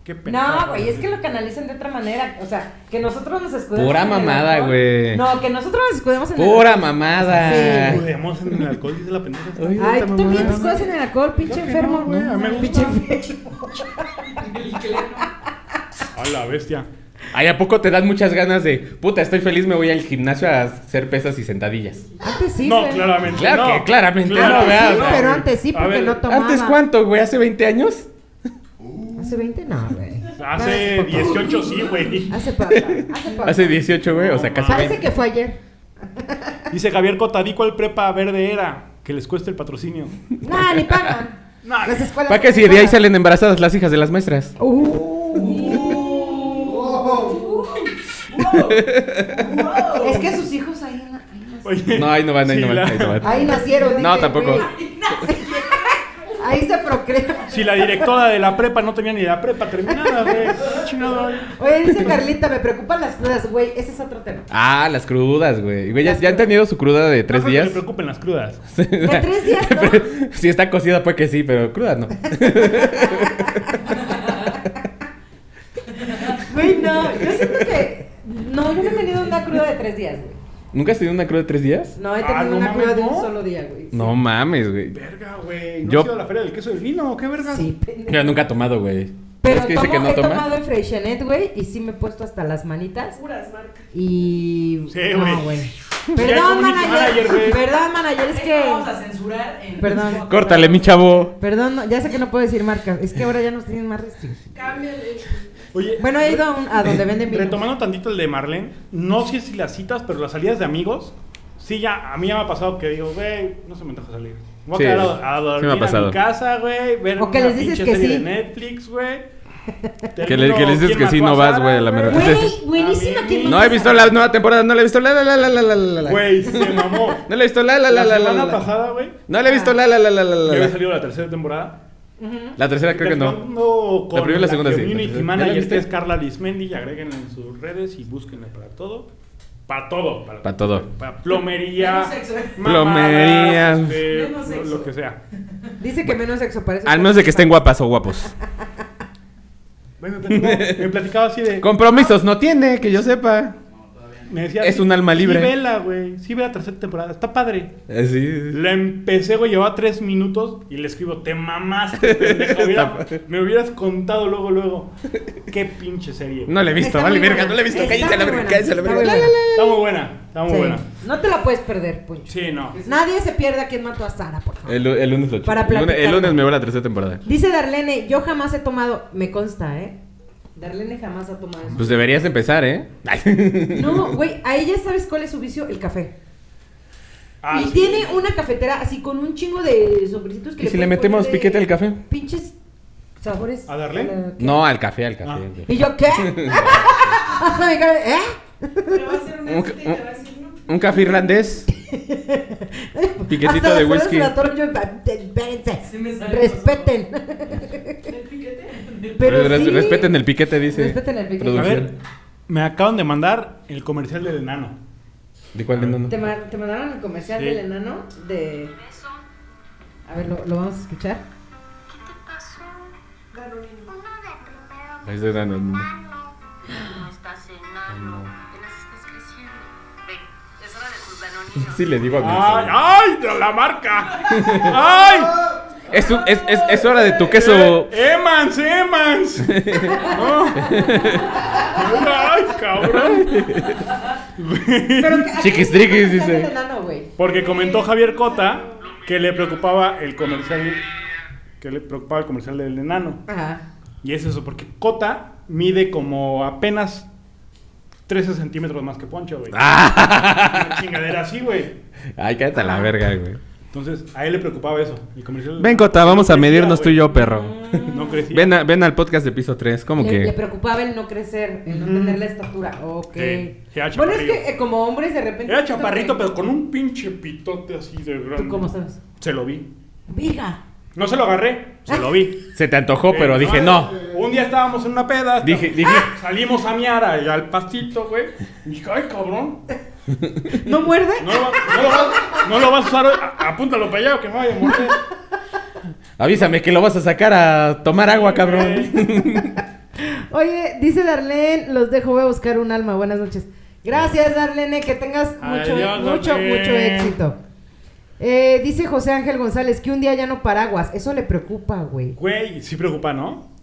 B: Qué pena.
D: No, güey, es que lo canalizan de otra manera. O sea, que nosotros nos escudemos.
C: Pura
D: en el
C: mamada,
D: alcohol.
C: güey.
D: No, que nosotros nos escudemos en el
C: Pura
D: alcohol.
C: mamada.
D: Sí,
B: Podemos en el alcohol, dice la pendeja.
C: Eh. Ay,
D: Ay,
C: esta
D: tú también te
C: mamada.
D: escudas en el alcohol, pinche
B: Creo que
D: enfermo.
B: no, güey, a mí me
D: pinche
B: gusta.
D: enfermo.
B: A la bestia.
C: Ay, ¿a poco te dan muchas ganas de, puta, estoy feliz, me voy al gimnasio a hacer pesas y sentadillas?
D: Antes sí,
B: no,
D: güey.
B: claramente.
C: Claro
B: no.
C: que claramente no,
D: Antes sí,
C: ¿verdad?
D: pero antes sí,
B: A
D: porque
B: ver,
D: no tomaba.
C: ¿Antes cuánto, güey? ¿Hace 20 años?
D: Hace 20 no, güey.
B: Hace 18 sí, güey.
D: Hace papá, hace papá.
C: Hace 18, güey, o sea,
B: No,
C: casi
D: Parece
C: 20.
D: que fue ayer.
B: Dice Javier Cota, di cuál prepa verde era. Que les cueste el patrocinio.
D: No, ni pagan.
B: No,
D: Las escuelas.
C: ¿Para qué si de ahí salen embarazadas las hijas de las maestras?
D: Uh. Es que sus hijos ahí. na- ahí nacieron.
B: Oye,
C: No, ahí no van, ahí no
B: si
C: van,
B: la-
C: ahí no van.
D: Ahí nacieron. dije,
C: No, tampoco.
D: güey. Ahí se procrean.
B: Si la directora de la prepa no tenía ni la prepa terminada, güey. Qué chingado.
D: Oye, dice Carlita, me preocupan las crudas, güey. Ese es otro tema.
C: Ah, las crudas, güey. Güey, ya,
D: Las
C: ya han
D: crudas.
C: tenido su cruda de
B: No creo
C: tres
B: que
C: días.
B: se preocupen las crudas.
D: De tres días, ¿no?
C: Pero si está cocida, pues que sí, pero cruda no.
D: Güey, no. Yo siento que No, yo no he tenido una cruda de tres días, güey.
C: ¿Nunca has tenido una cruda de tres días?
D: No, he
B: Ah,
D: tenido
B: no
D: una
B: mames,
D: cruda de
B: ¿no?
D: un solo día, güey. Sí.
C: No mames, güey.
B: Verga, güey. ¿No
C: Yo-
B: has ido a la feria del queso del vino? ¿Qué verga?
D: Sí, pendejo.
C: Yo nunca he tomado, güey.
D: Pero
C: ¿Es que dice
D: tomo-
C: que no
D: he
C: toma?
D: tomado el Freixenet, güey, y sí me he puesto hasta las manitas.
E: Puras marcas.
D: Y.
B: Sí,
D: no,
B: güey. Ya
D: Perdón,
B: community manager,
D: manager.
B: güey.
D: Perdón, manager, es
E: Esto
D: que.
E: vamos a censurar en
D: Perdón.
E: Spotify.
C: Córtale, mi chavo.
D: Perdón, no, ya sé que no puedo decir marcas. Es que ahora ya nos tienen más restricciones.
E: Cámbiale.
B: Oye,
D: Bueno, he ido a, un- a donde venden vino.
B: Eh, Retomando tantito el de Marlene, no sé si las citas, pero las salidas de amigos, sí ya, a mí ya me ha pasado que digo, güey, no se me antoja salir. Me Voy
C: Sí,
B: a quedar a, a
C: sí me ha
B: dormir a
C: pasado.
B: mi casa, güey, ver
D: O que
B: una
D: les dices
B: pinche
D: que
B: serie
D: sí.
B: de Netflix, güey.
C: Que le- que les dices
B: Termino, ¿quién
C: que sí,
B: mató
C: no
B: a
C: vas,
B: Sara,
C: güey, a la
B: güey?
C: mierda.
F: Güey, buenísima que
C: No he visto la nueva temporada, no la he visto. La, la, la, la, la, la, la, la.
B: Güey, se mamó.
C: No la he visto. La, la, la,
B: La
C: la, la,
B: semana
C: la, la.
B: pasada, güey,
C: No la he visto. La, la, la, la,
B: ya
C: la, la,
B: había
C: la.
B: salido la tercera temporada.
C: La tercera creo que no.
B: Terminando con
C: La primera y la segunda, sí. La
B: community
C: tercera. ¿Ya la
B: manager
C: viste?
B: que es Carla Dismendi, y agréguenla en sus redes y búsquenla para todo. Para todo. Para,
C: Pa' todo.
B: Para plomería.
E: Menos sexo.
C: Plomería.
B: mamadas, este,
E: Menos
B: lo,
E: sexo.
B: lo que sea.
D: Dice que menos sexo parece.
C: Al menos de que estén guapas o guapos.
B: Bueno, te digo, me platicaba así de.
C: Compromisos no tiene, que yo sepa.
B: me decía,
C: es un alma libre.
B: Sí, vela, güey. Sí, ve la tercera temporada. Está padre.
C: Eh, Así.
B: La empecé, güey. Llevaba tres minutos y le escribo, te mamaste. pendejo, hubiera- me hubieras contado luego, luego. Qué pinche serie.
C: No la he visto,
D: Está
C: vale,
D: muy
C: verga,
D: buena.
C: no la he visto.
D: Está
C: Cállense a la
D: muy
C: verga,
D: buena.
C: cállense a la
D: Está
C: verga.
D: muy
C: La, la, la.
B: Está muy buena. Está muy
D: Sí.
B: buena.
D: No te la puedes perder, Punch.
B: Sí, no.
D: Nadie se pierda quien mató a Sara, por favor.
C: El, lu- el lunes lo checo.
D: Para
C: el, lunes, el
D: platicarlo.
C: lunes me voy a la tercera temporada.
D: Dice Darlene, yo jamás he tomado. Me consta, ¿eh? Darlene jamás ha tomado eso.
C: Pues deberías empezar, ¿eh?
D: No, güey, ahí ya sabes cuál es su vicio, el café.
B: Ah,
D: y
B: sí.
D: tiene una cafetera así con un chingo de sobrecitos que
C: ¿Y si le
D: puedes
C: metemos
D: poner de
C: piquete al café?
D: Pinches sabores.
B: ¿A Darlene?
D: la-
C: No, al café, al café.
B: Ah.
D: ¿Y yo qué? Ajá, mi cara, ¿Eh?
E: Pero va a ser una
C: Un-
E: cita y te va a decir no.
C: Un café irlandés. Piquetito
D: Hasta
C: de
D: las horas
C: whisky.
D: la torre, yo, "Ah, espérense,
E: Sí me sale
D: respeten.
E: ¿El piquete?
D: Pero
C: Res-
D: sí.
C: Respeten el piquete, dice.
D: Respeten el piquete.
B: A
C: producción.
B: ver, me acaban de mandar el comercial del enano.
C: ¿De cuál enano?
D: ¿Te, ma- te mandaron el comercial
B: Sí.
D: del enano de...
F: Eso,
D: A ver, lo, lo vamos a escuchar.
F: ¿qué te pasó? Uno de primero.
C: Ahí está dando.
F: enano. No estás enano. Apenas estás creciendo. Ven, es hora de tus danoninos.
C: Sí, le digo a mi
B: ¡Ay, ay! de ¡La marca! ¡Ay!
C: Es, un- es, es, es hora de tu queso.
B: Eh, ¡Emans, Emans! No. ¡Ay, cabrón!
D: Pero que- ¿a
C: Chiquis triquis,
D: quién le mandaron
C: dice.
D: el enano, güey?
B: Porque comentó Javier Cota que le preocupaba el comercial. Que le preocupaba el comercial del enano.
D: Ajá.
B: Y es eso, porque Cota mide como apenas 13 centímetros más que Poncho, güey.
C: Ah.
B: Una chingadera así, güey.
C: Ay, cállate a la verga, güey.
B: Entonces, a él le preocupaba eso. El comercial del
C: Ven,
B: enano.
C: Cota, vamos a
B: No
C: medirnos
B: crecía,
C: tú y yo, perro.
B: güey. No crecía.
C: Ven, a- ven al podcast de piso 3. ¿Cómo
D: Le, le
C: que?
D: preocupaba el no crecer, el no
B: Ujú.
D: tener la estatura. Ok.
B: Sí, sí, era
D: bueno, es
B: chaparrillo.
D: que eh, como hombres de repente...
B: Era chaparrito, pero con un pinche pitote así de grande.
D: ¿Tú cómo sabes?
B: Se lo vi.
D: Viga.
B: No se lo agarré, se lo vi.
C: Se te antojó, pero dije no.
B: Un día estábamos en una peda.
C: Dije-
B: estábamos- ¡Ah!
C: dije-
B: Salimos a miar al, al pastito, güey. Y dije, ay, cabrón.
D: ¿No muerde?
B: No lo, va- no lo vas, no lo vas a usar hoy. A- Apúntalo para allá, que me vaya a morder.
C: Avísame que lo vas a sacar a tomar agua, cabrón.
B: Eh,
D: Oye, dice Darlene, los dejo, voy a buscar un alma. Buenas noches. Gracias, Darlene, que tengas mucho,
B: Adiós,
D: mucho,
B: Darlene.
D: mucho éxito. Eh, dice José Ángel González que un día ya no paraguas. Eso le preocupa, güey.
B: Güey, sí preocupa, ¿no?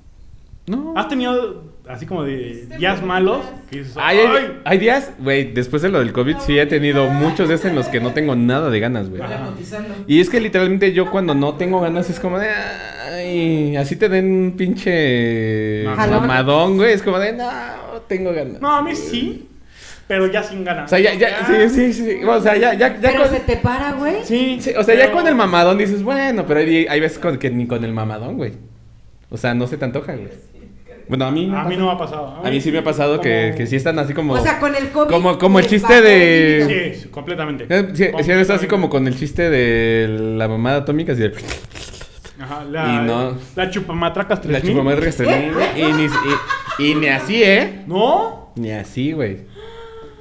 C: No.
B: ¿Has tenido así como de días malos? Que dices,
C: Ay,
B: ay,
C: hay, hay días, güey, después de lo del COVID sí he tenido muchos días en los que no tengo nada de ganas, güey.
E: Hola, cotizando.
C: Y es que literalmente yo cuando no tengo ganas es como de... Ay, así te den un pinche
B: Jalón.
C: mamadón, güey. Es como de... No, tengo ganas.
B: No, a mí sí, pero ya sin ganas.
C: O sea, ya, ya, sí, sí, sí. O sea, ya, ya, ya
D: Pero
C: con...
D: se te para, güey.
B: Sí,
C: sí, o sea, ya
B: pero-
C: con el mamadón dices, bueno, pero hay, hay veces con que ni con el mamadón, güey. O sea, no se te antoja, güey. Bueno, a mí...
B: A mí
C: pasa.
B: no me ha pasado.
C: A mí sí me ha pasado que,
B: como-
C: que sí están así como...
D: O sea, con el COVID.
C: Como- como el
D: les
C: chiste
D: bajó
C: de-
D: el libido.
B: Sí, sí, completamente.
C: Eh, Si, si eres así
B: Completamente.
C: como con el chiste de la mamada atómica, así de,
B: Ajá, la,
C: Y no-
B: la chupamatracas
C: la
B: 3000.
C: chupamadre que se
D: ¿Eh?
C: y, ni, y, y ni así, ¿eh?
B: No,
C: Ni así, güey.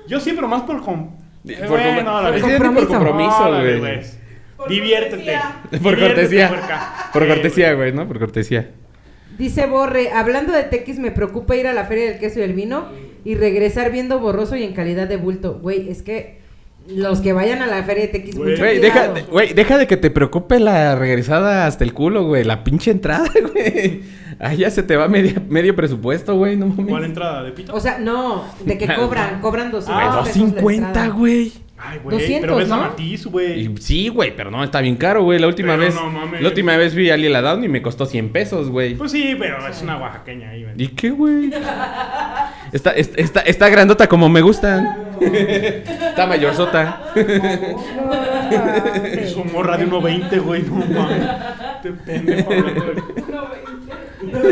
B: yo sí, pero más por com...
C: Por
B: Eh,
C: com-
B: bueno, a la
C: por
B: vez.
C: compromiso. por compromiso,
B: No, a la vez,
C: güey.
B: güey.
E: Por
B: pues. Diviértete.
E: cortesía.
C: Por
B: Diviértete,
C: cortesía.
B: puerca. Eh,
C: Por
B: Sí,
C: cortesía, güey, ¿no? Por cortesía.
D: Dice Borre, hablando de tequis, me preocupa ir a la feria del queso y el vino y regresar viendo borroso y en calidad de bulto. Güey, es que los que vayan a la feria de TX,
B: Güey.
D: mucho
C: Güey, deja,
D: cuidado.
C: de- güey, deja de que te preocupe la regresada hasta el culo, güey. La pinche entrada, güey. Ahí ya se te va media- medio presupuesto, güey. No mames.
B: ¿Cuál entrada? ¿De pito?
D: O sea, no, de que cobran, cobran 200
B: Ah,
C: Güey,
D: pesos la
C: 250,
D: entrada.
C: güey.
B: Ay, güey,
D: 200,
B: pero ves a
D: ¿no?
B: Matiz, güey.
C: Y sí, güey, pero no, está bien caro, güey. La última
B: Pero
C: vez.
B: no mames.
C: la última vez vi a Lila Down y me costó 100 pesos, güey.
B: Pues sí, pero es una oaxaqueña ahí, güey.
C: ¿Y qué, güey? Está, es- está, está grandota como me gustan. está mayorzota.
B: Es su morra de 1.20, güey, no mames. Te pendejo, güey.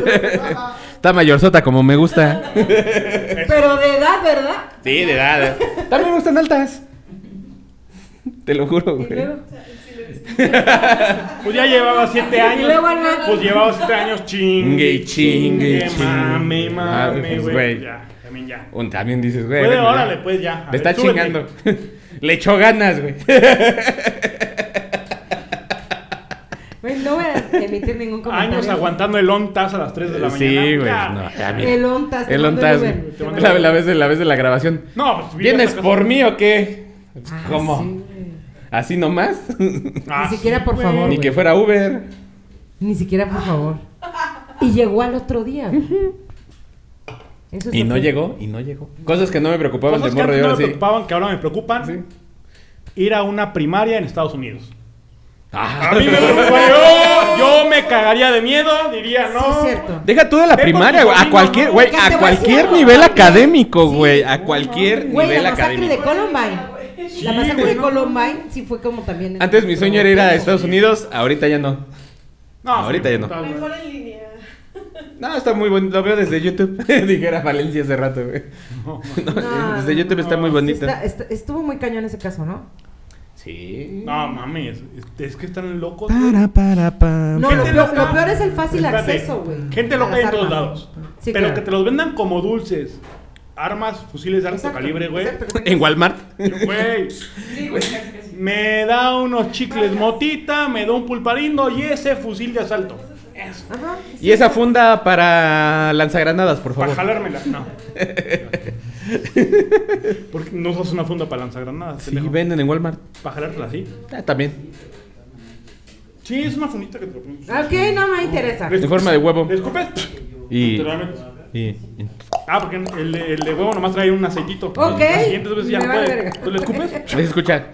C: Está mayorzota como me gusta.
D: Pero de edad, ¿verdad?
C: sí, de edad. También me gustan altas. Te lo juro,
D: Y
C: güey.
D: luego,
B: Pues ya llevaba 7
D: Y
B: años.
D: luego, Ana.
B: Pues llevaba 7 años chingue,
C: Chingue, chingue,
B: chingue.
C: chingue.
B: Mame, y mame,
C: Ah, pues,
B: güey.
C: güey.
B: Ya, también ya.
C: Un- también dices, güey.
B: Puede,
C: bueno,
B: órale,
C: ya.
B: pues ya. A
C: Me
B: ver,
C: está
B: súbete.
C: chingando. Le echó ganas, güey.
D: güey, no voy a emitir ningún comentario.
B: Años aguantando el on task a las 3 de la
C: Sí,
B: mañana.
C: güey.
B: Ya.
C: No, ya, mira.
D: Ah, El ONTAS. te
C: El
D: mando
C: ontas,
D: Uber.
C: güey.
D: Te mando
C: La,
D: Uber.
C: la vez de, la vez de la grabación.
B: No, pues, vive
C: ¿Vienes
B: hasta
C: por
B: acá.
C: mí o qué?
D: Ah,
C: ¿Cómo? ¿Así nomás?
B: Ah,
D: Ni siquiera, por
B: güey.
D: favor.
C: Ni
D: güey.
C: que fuera Uber.
D: Ni siquiera, por favor. Y llegó al otro día. güey. Eso Pues es
C: Y
D: lo
C: no
D: que-
C: llegó, y no llegó. Cosas que no me preocupaban de
B: Cosas que
C: morro
B: antes
C: y
B: no me
C: ahora sí.
B: preocupaban, que ahora me preocupan.
C: Sí.
B: Ir a una primaria en Estados Unidos.
C: Ah.
B: A mí me preocupa. Yo, yo me cagaría de miedo, diría, no.
D: Sí, es cierto.
C: Deja tú de la
B: Ve por
C: primaria,
B: tu
C: güey. A
B: sobrino,
C: cualquier,
B: ¿no?
C: güey,
D: Que te
C: a
D: va
C: cualquier
D: haciendo
C: nivel
D: daño.
C: académico, güey. A cualquier
D: Güey,
C: nivel
D: la masacre de
C: académico.
D: Columbine.
B: Sí,
D: La masacre
B: güey,
D: de
B: no.
D: Columbine sí fue como también.
C: Antes mi sueño era ir a Estados Unidos, ahorita ya no.
B: No,
C: Ahorita ya no.
B: puta, güey.
E: Mejor en línea.
C: No, está muy bonito. Lo veo desde YouTube. Dijera Valencia hace rato, güey.
B: No,
C: No,
D: No,
C: desde
D: no,
C: YouTube está muy
D: Sí,
C: bonito.
D: está- está- estuvo muy cañón ese caso, ¿no?
C: Sí.
B: No mames, es- es que están locos. güey.
C: Para, para, para.
D: No, lo,
B: Gente
D: lo-
B: loca.
D: lo peor es el fácil
B: Espérate,
D: acceso, güey.
B: Gente
D: a
B: loca
D: las
B: hay en todos
D: armas.
B: lados.
D: Sí,
B: pero
D: claro.
B: que te los vendan como dulces. Armas, fusiles de alto
D: Exacto,
B: calibre, güey.
D: exacto.
C: En Walmart.
B: Güey,
E: Sí, güey, casi, casi.
B: me da unos chicles motita, me da un pulparindo y ese fusil de asalto. Eso,
D: Ajá.
C: Y esa funda para lanzagranadas, por
B: para
C: favor.
B: jalármela. No. Porque no usas una funda para lanzagranadas.
C: Sí,
B: pendejo.
C: venden en Walmart.
B: Para jalártela así.
C: Ah, también.
B: Sí, es una fundita que te lo pones.
D: Ok, no me interesa.
B: Pues,
C: En forma de huevo.
B: ¿Le escupes?
C: Y.
B: Literalmente.
C: y- y-
B: Ah, porque el de, el de huevo nomás trae un aceitito.
D: Ok.
B: Las siguientes veces ya
D: Me
B: no
D: vale
B: puede.
D: verga.
B: ¿Tú le escupes?
C: ¿les escucha?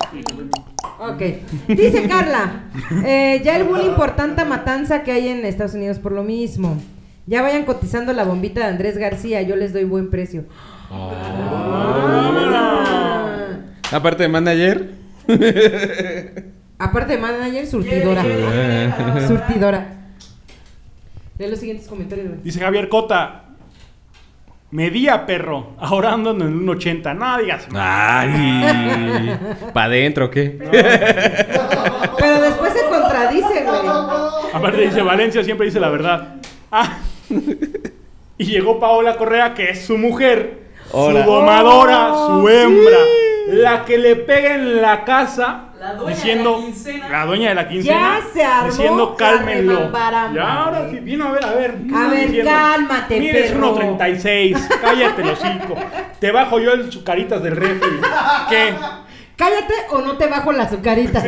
D: Ok. Dice Carla, eh, ya el bullying por tanta matanza que hay en Estados Unidos por lo mismo. Ya vayan cotizando la bombita de Andrés García, yo les doy buen precio. Ah.
C: Aparte de manager.
D: Aparte de manager, surtidora.
E: Quiere,
B: Eh.
E: quiere, quiere.
D: Surtidora. Lee los siguientes comentarios, güey.
B: Dice Javier Cota. Medía, perro. Ahora ando en un 80. Nada, digas.
C: Ah, Ay. ¿Pa' adentro o qué?
D: Pero después se contradice, güey.
B: Aparte dice Valencia siempre dice la verdad. Ah. Y llegó Paola Correa, que es su mujer.
C: Hola.
B: Su domadora,
D: Oh,
B: su hembra. La que le pega en la casa.
E: La dueña de
B: diciendo,
E: la quincena.
B: La dueña de la quincena.
D: se armó
B: Diciendo,
D: la
B: cálmenlo.
D: remambaramba,
B: Ya, ahora
D: güey.
B: sí, vino a ver, a ver. ¿qué
D: A
B: están
D: ver, cálmate,
B: Mire, es
D: perro.
B: 1.36. Cállate los cinco. Te bajo yo el sucaritas del refri. ¿Qué?
D: Cállate o no te bajo la azucarita.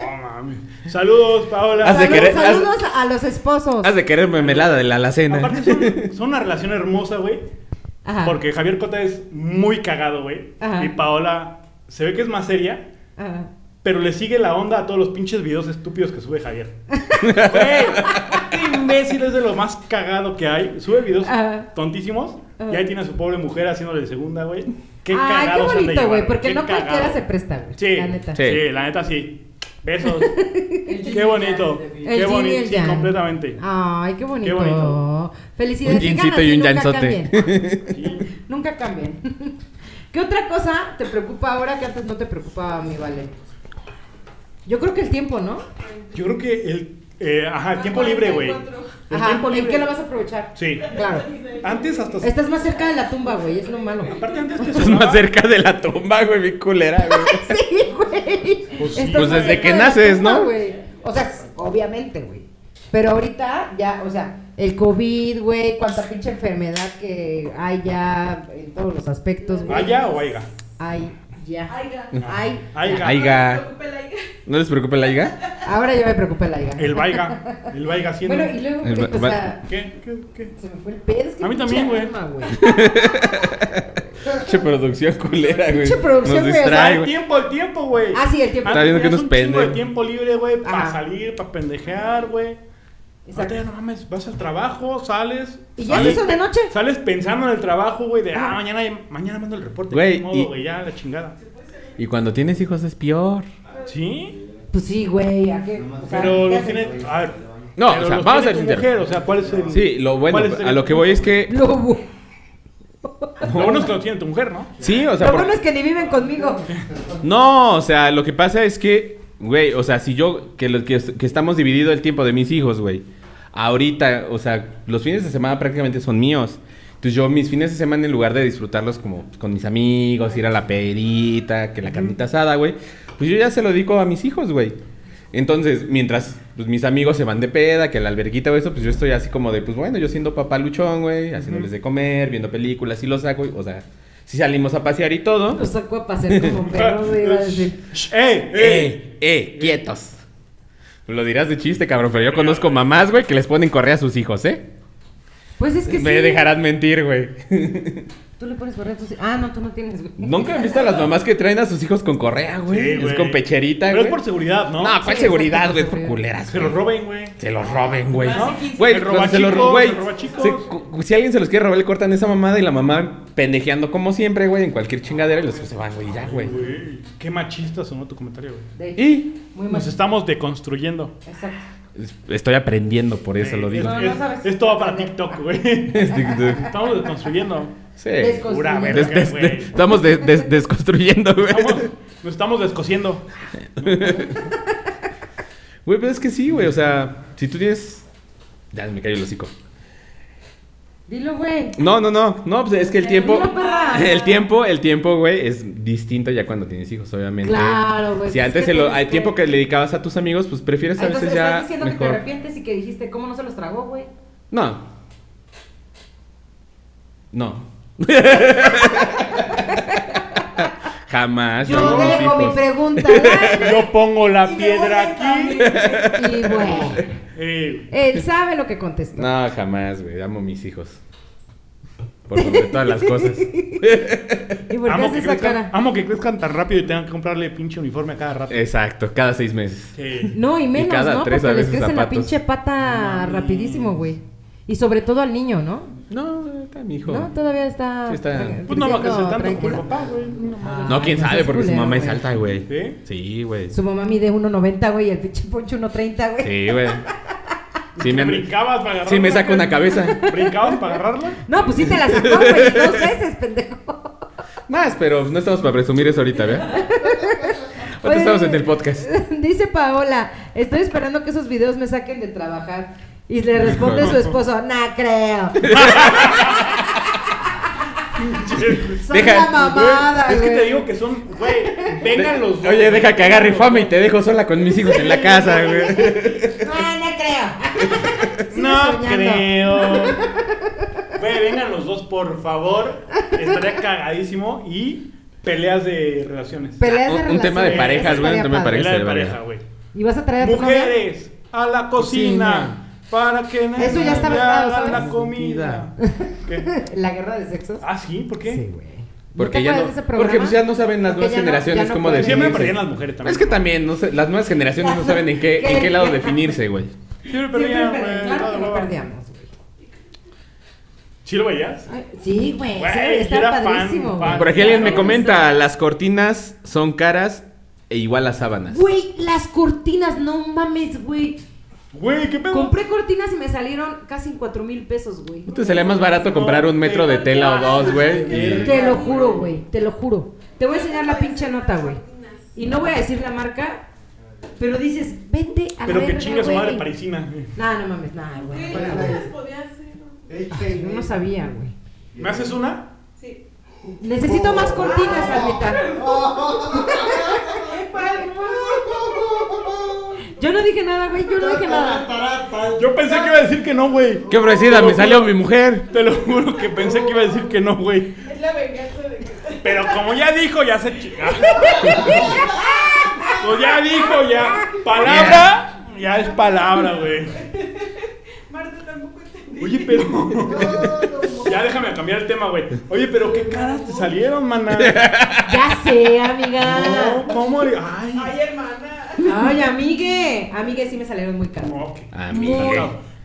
B: Oh, mami. Saludos, Paola.
C: Has de
D: Salud-
C: querer- has-
D: saludos a los esposos.
C: Has de querer mermelada de la alacena.
B: Aparte son, son una relación hermosa, güey.
D: Ajá.
B: Porque Javier Cota es muy cagado, güey.
D: Ajá.
B: Y Paola se ve que es más seria,
D: Ajá.
B: pero le sigue la onda a todos los pinches videos estúpidos que sube Javier. Güey, qué imbécil es de lo más cagado que hay. Sube videos
D: Ajá.
B: tontísimos
D: Ajá.
B: y ahí tiene a su pobre mujer haciéndole segunda, güey. Qué
D: Ay, qué
B: cagados han de
D: bonito,
B: llevar,
D: güey. Porque
B: qué
D: no cualquiera
B: cagado.
D: se presta, güey.
B: Sí,
D: La neta.
B: sí, la neta sí. Besos. qué bonito.
D: El
B: qué
D: yin y
B: bonito.
D: el
B: Sí,
D: yang.
B: completamente.
D: Ay, qué bonito.
B: Qué bonito.
D: Felicidades.
C: Un
D: Sigan
C: gincito
D: así,
C: y un
D: nunca
C: llanzote.
D: cambien.
B: Sí.
D: Nunca cambien. ¿Qué otra cosa te preocupa ahora que antes no te preocupaba, mi Vale? Yo creo que el tiempo, ¿no?
B: Yo creo que el. eh, ajá, el tiempo libre, güey. El
D: Ajá.
B: tiempo
D: ¿En
B: libre.
D: qué lo vas a aprovechar?
B: Sí.
D: Claro.
B: Antes hasta.
D: Estás más cerca de la tumba, güey. Es lo malo.
B: Aparte, antes te
C: Estás
B: sonaba-
C: más cerca de la tumba, güey, mi culera, güey.
D: Sí, güey.
B: Pues sí.
D: Estás
B: Pues
D: más
C: desde
D: cerca
C: que
D: de la
C: naces,
D: tumba,
C: ¿no?
D: güey. O sea, obviamente, güey. Pero ahorita ya, o sea, El COVID, güey, cuánta pinche enfermedad que hay ya en todos los aspectos, güey.
B: ¿Haya o haiga?
D: Hay ya.
E: Aiga.
D: Hay.
B: Aiga.
C: Aiga.
E: No se preocupe, la Aiga.
C: ¿No les preocupa la IGA?
D: Ahora ya me preocupa la IGA.
B: El vaiga. El vaiga haciendo.
D: Bueno, y luego,
C: El
D: güey,
C: va-
D: o
C: va-
D: sea,
B: ¿Qué? ¿Qué? ¿Qué?
D: se me fue el pedo. es que
B: A mí
D: pinche
B: también, güey.
D: alma,
C: Pinche producción culera, güey.
D: Pinche producción,
C: Nos
D: güey,
C: distrae,
B: el
C: güey.
B: tiempo, el tiempo, güey.
D: Ah, sí, el tiempo.
C: Está viendo que
B: tenías
C: unos
B: un chingo de
C: pendejos.
B: tiempo libre, güey, para
D: Ajá.
B: salir, para pendejear, güey. Ahorita
D: Exacto.
B: ya no mames, vas al trabajo, sales.
D: Y ya
B: sales-
D: se hizo de noche.
B: Sales pensando en el trabajo, güey, de ah,
D: Ah.
B: mañana, mañana mando el reporte.
C: Güey,
B: Ni modo,
C: y-
B: güey, ya la chingada.
C: Y cuando tienes hijos es peor.
B: ¿Sí?
D: Pues sí, güey. ¿a qué? O sea,
B: Pero
D: ¿qué
B: los
D: haces,
B: tiene.
D: güey?
B: A ver.
C: No,
B: pero
C: o sea,
B: los
C: vamos
B: tiene
C: a ser
B: tu
C: sinceros.
B: mujer, o sea, ¿cuál es el.
C: Sí, lo bueno,
B: cuál es el-
C: a lo que voy es que.
D: Lo, bu-
B: Lo bueno es que lo tiene tu mujer, ¿no?
C: Sí, o sea.
D: lo
C: por-
D: bueno es que ni viven conmigo.
C: No, o sea, lo que pasa es que, güey, o sea, si yo, que, lo- que, que estamos dividido el tiempo de mis hijos, güey. Ahorita, o sea, los fines de semana prácticamente son míos. Entonces yo mis fines de semana, en lugar de disfrutarlos como pues, con mis amigos, ir a la perita, que la carnita asada, güey, pues yo ya se lo dedico a mis hijos, güey. Entonces, mientras pues, mis amigos se van de peda, que a la alberguita o eso, pues yo estoy así como de, pues bueno, yo siendo papá luchón, güey, haciéndoles de comer, viendo películas y los saco, güey. o sea, si salimos a pasear y todo.
D: Lo sacó a pasear como perro, güey. iba a decir.
B: Shh, ¡Eh! ¡Eh!
C: ¡Eh! ¡Eh! ¡Quietos! Lo dirás de chiste, cabrón, pero yo conozco mamás, güey, que les ponen correa a sus hijos, ¿eh?
D: Pues es que
C: Me
D: sí.
C: dejarán mentir, güey.
D: Tú le pones correa a tus- Ah, no, tú no tienes, güey.
C: Nunca he visto a las mamás que traen a sus hijos con correa, güey.
B: Sí,
C: es
B: güey.
C: con pecherita,
B: Pero
C: güey.
B: es por seguridad, ¿no?
C: No, ¿cuál
D: Sí,
C: seguridad,
D: exacto,
C: güey? Es por
D: sí.
C: culeras,
B: Se los
C: güey.
B: roben, güey.
C: Se los roben, güey.
E: ¿No?
C: Güey,
B: Se roba
C: cuando se los
B: chicos,
C: roben, güey.
B: se roba chicos.
C: se- cu- Si alguien se los quiere robar, le cortan esa mamada y la mamá pendejeando como siempre, güey, en cualquier chingadera y los hijos se van, güey, y ya, güey.
B: Güey, Qué machista sonó tu comentario, güey.
D: De-
C: Y
D: Muy mal.
B: Nos estamos deconstruyendo.
D: Exacto.
C: es- estoy aprendiendo, por eso lo digo.
D: No, no sabes.
B: Es, es todo para TikTok, güey. Estamos desconstruyendo.
C: Sí.
D: Descos-
B: Pura
D: Des-
B: verga,
C: Des- des-
B: güey.
C: des- estamos de- des- desconstruyendo, güey.
B: Estamos- Nos estamos descosiendo.
C: Güey, pero es que sí, güey. O sea, si tú tienes. Ya me cayó el hocico.
D: Dilo, güey.
C: No, no, no. No, pues es que el tiempo.
D: Dilo, perra.
C: El tiempo, el tiempo, güey, es distinto ya cuando tienes hijos, obviamente.
D: Claro, güey,
C: Si
D: pues
C: antes
D: es que
C: el, lo,
D: tienes
C: al
D: que- Ah,
C: tiempo que le dedicabas a tus amigos, pues prefieres a
D: Entonces
C: veces
D: estás
C: ya.
D: diciendo que te
C: Mejor.
D: arrepientes y que dijiste, ¿cómo no se los tragó, güey?
C: No. No. Jamás.
D: Yo
C: no, mis
D: dejo mi
C: hijos.
D: pregunta al aire.
B: Yo pongo la
E: Y me
B: piedra
E: voy
B: aquí.
E: también.
D: Y bueno,
B: Eh,
D: él sabe lo que contestó.
C: No, jamás, güey. Amo a mis hijos. Por sobre todas las cosas.
D: ¿Y por qué
B: amo,
D: hace
B: que
D: esa
B: crezcan,
D: cara?
B: amo que crezcan tan rápido y tengan que comprarle pinche uniforme a cada rato.
C: Eh. Exacto, cada seis meses.
B: Sí.
D: No, y menos,
C: cada
D: ¿no?
C: tres
D: Porque
C: a
D: les
C: veces
D: crece la
C: zapatos.
D: pinche pata
B: No mames.
D: rapidísimo, güey. Y sobre todo al niño, ¿no?
C: No, está mi hijo.
D: ¿No? Todavía está...
C: Sí, está- Ah,
D: tra-
B: Pues no va a crecer
D: creciendo
B: tanto como el
D: tranquilo.
B: papá, güey. No mames.
C: No, quién
D: Ay, no
C: sabe,
D: seas
C: porque su
D: culero,
C: mamá es
D: güey.
C: alta, güey.
B: ¿Sí?
C: Sí, güey.
D: Su mamá mide 1.90, güey, y el pinche poncho 1.30, güey.
C: Sí, güey. Sí, me, han-
B: Brincabas para agarrarla.
C: sí me saco una
B: güey.
C: cabeza.
B: Brincabas para agarrarla.
D: No, pues sí te la sacó, güey, dos veces, pendejo.
C: Más, pero no estamos para presumir eso ahorita, ¿verdad? Ahorita
D: Oye,
C: estamos en el podcast.
D: Dice Paola, estoy esperando que esos videos me saquen de trabajar. Y le responde su esposo, nah, creo. Son
C: Deja-
D: la mamada,
B: es que
D: güey.
B: te digo que son, güey, vengan los dos.
C: Oye, deja que agarre fama y te dejo sola con mis hijos en la casa, güey.
D: No, no creo. Sigue
B: No
D: soñando.
B: creo. Güey, vengan los dos, por favor. Estaría cagadísimo y peleas de relaciones.
D: Peleas de
C: Un- un tema de
D: relaciones,
C: parejas, güey, un
D: estaría
C: tema de
D: padre.
B: Pelea de
C: Parece,
B: pareja,
C: vaya.
B: güey.
D: ¿Y vas a traer a tu novia?
B: Mujeres, a la cocina. Para que
D: Eso ya está
B: le
D: vetado,
B: hagan la
D: ¿sabes?
B: comida. ¿Qué?
D: ¿La guerra de sexos?
B: Ah, sí, ¿por qué?
D: Sí, güey.
C: Porque
D: te
C: ya no,
D: acuerdas de ese programa?
C: porque pues ya no saben las
D: Porque
C: nuevas
D: ya no-
C: generaciones
D: ya no
C: cómo
D: pueden.
C: definirse.
B: Siempre perdían las mujeres también.
C: Es que también, no sé, las nuevas generaciones no saben en qué, en qué lado definirse, güey.
B: Siempre
D: Siempre
B: perdían,
D: per-
B: güey.
D: claro que
B: todo,
D: nos
B: güey.
D: perdíamos, güey.
B: ¿Sí lo veías?
D: Ay, Sí, güey,
B: Güey,
D: sí,
B: yo era
D: está
B: fan,
D: padrísimo, güey.
B: fan.
C: Por aquí alguien me comenta, las cortinas son caras e igual las sábanas.
D: Güey, las cortinas, no mames, güey.
B: Güey, ¿qué pedo?
D: Compré cortinas y me salieron casi en 4 mil pesos, güey.
C: ¿No te salía Este más barato comprar un metro de tela o dos, güey? Y-
D: Te lo juro, güey, te lo juro. Te voy a enseñar la pinche nota, güey. Y no voy a decir la marca, pero dices, vete a la
B: Pero que
D: verga,
B: chinga su madre
D: güey.
B: parisina.
D: No, no mames, nada, güey.
E: Güey,
D: fuera,
E: yo
D: güey.
E: no las podía hacer. ¿no?
D: Ay, Yo no sabía, güey.
B: ¿Me haces una?
E: Sí.
D: Necesito más cortinas,
B: Ah.
D: Almita.
E: Fue algo-
D: Yo no no dije nada, güey. Yo no dije nada.
G: nada.
B: Yo pensé que iba a decir que no, güey.
C: Qué ofrecida, me salió mi mujer.
B: Te lo juro que pensé que iba a decir que no, güey.
E: Es la venganza de que.
B: Pero como ya dijo, ya se chingaron. Pues ya dijo, ya. Palabra, ya es palabra, güey.
E: Marta tampoco entendí.
B: Oye, pero. Ya déjame cambiar el tema, güey. Oye, pero qué caras te salieron, maná.
D: Ya sé, amiga.
B: No, ¿cómo? le-
C: Ah,
B: Ay,
E: Ay, hermana.
D: Ay, amigue. Amigue sí me salieron muy caras.
B: no, qué
C: Ah, Amigo.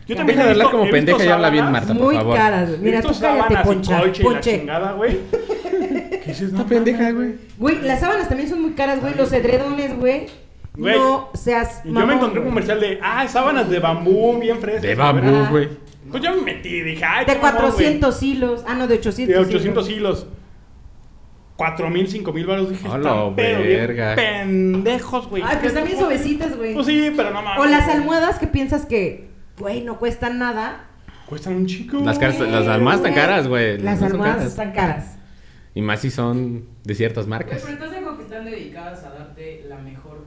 B: Yo
C: Deja de
B: he
C: hablar
B: visto-
C: como
B: he
C: pendeja
B: visto
C: y habla bien,
B: sábanas,
C: Marta, por
D: Muy
C: Ah, favor.
D: caras, güey. Mira,
B: he
D: tú
B: visto
D: cállate,
B: Pues sábanas y
D: poncha.
B: colcha y la
D: Ponche.
B: chingada, güey. ¿Qué dices? No,
C: Está pendeja, güey.
D: Güey, las sábanas también son muy caras, güey. Los edredones, güey.
B: Güey.
D: No seas.
B: Y yo
D: mamón,
B: me encontré un
D: güey.
B: comercial de, ah, sábanas de bambú, bien frescas.
C: De bambú, güey.
B: Pues yo me metí, dije, ay,
D: De
B: qué mamón, güey.
D: 400 hilos. Ah, no, de 800.
B: De 800
D: hilos.
B: hilos. 4000, 5000 baros. Dije,
C: A
B: están
C: la
B: pero
C: verga.
B: bien pendejos, güey.
D: Ay, pues pero están bien suavecitas, güey.
B: Pues sí, pero no mames.
D: O las almohadas que piensas que, güey, no cuestan nada.
B: Cuestan un chico.
C: Las caras-
D: Güey,
C: las almohadas están
D: güey.
C: caras, güey.
D: Las
C: No son
D: almohadas
C: caras.
D: están caras.
C: Y más si son de ciertas
H: Güey,
C: marcas.
H: Pues,
C: Pues
H: Pero estás de acuerdo que están dedicadas a darte la mejor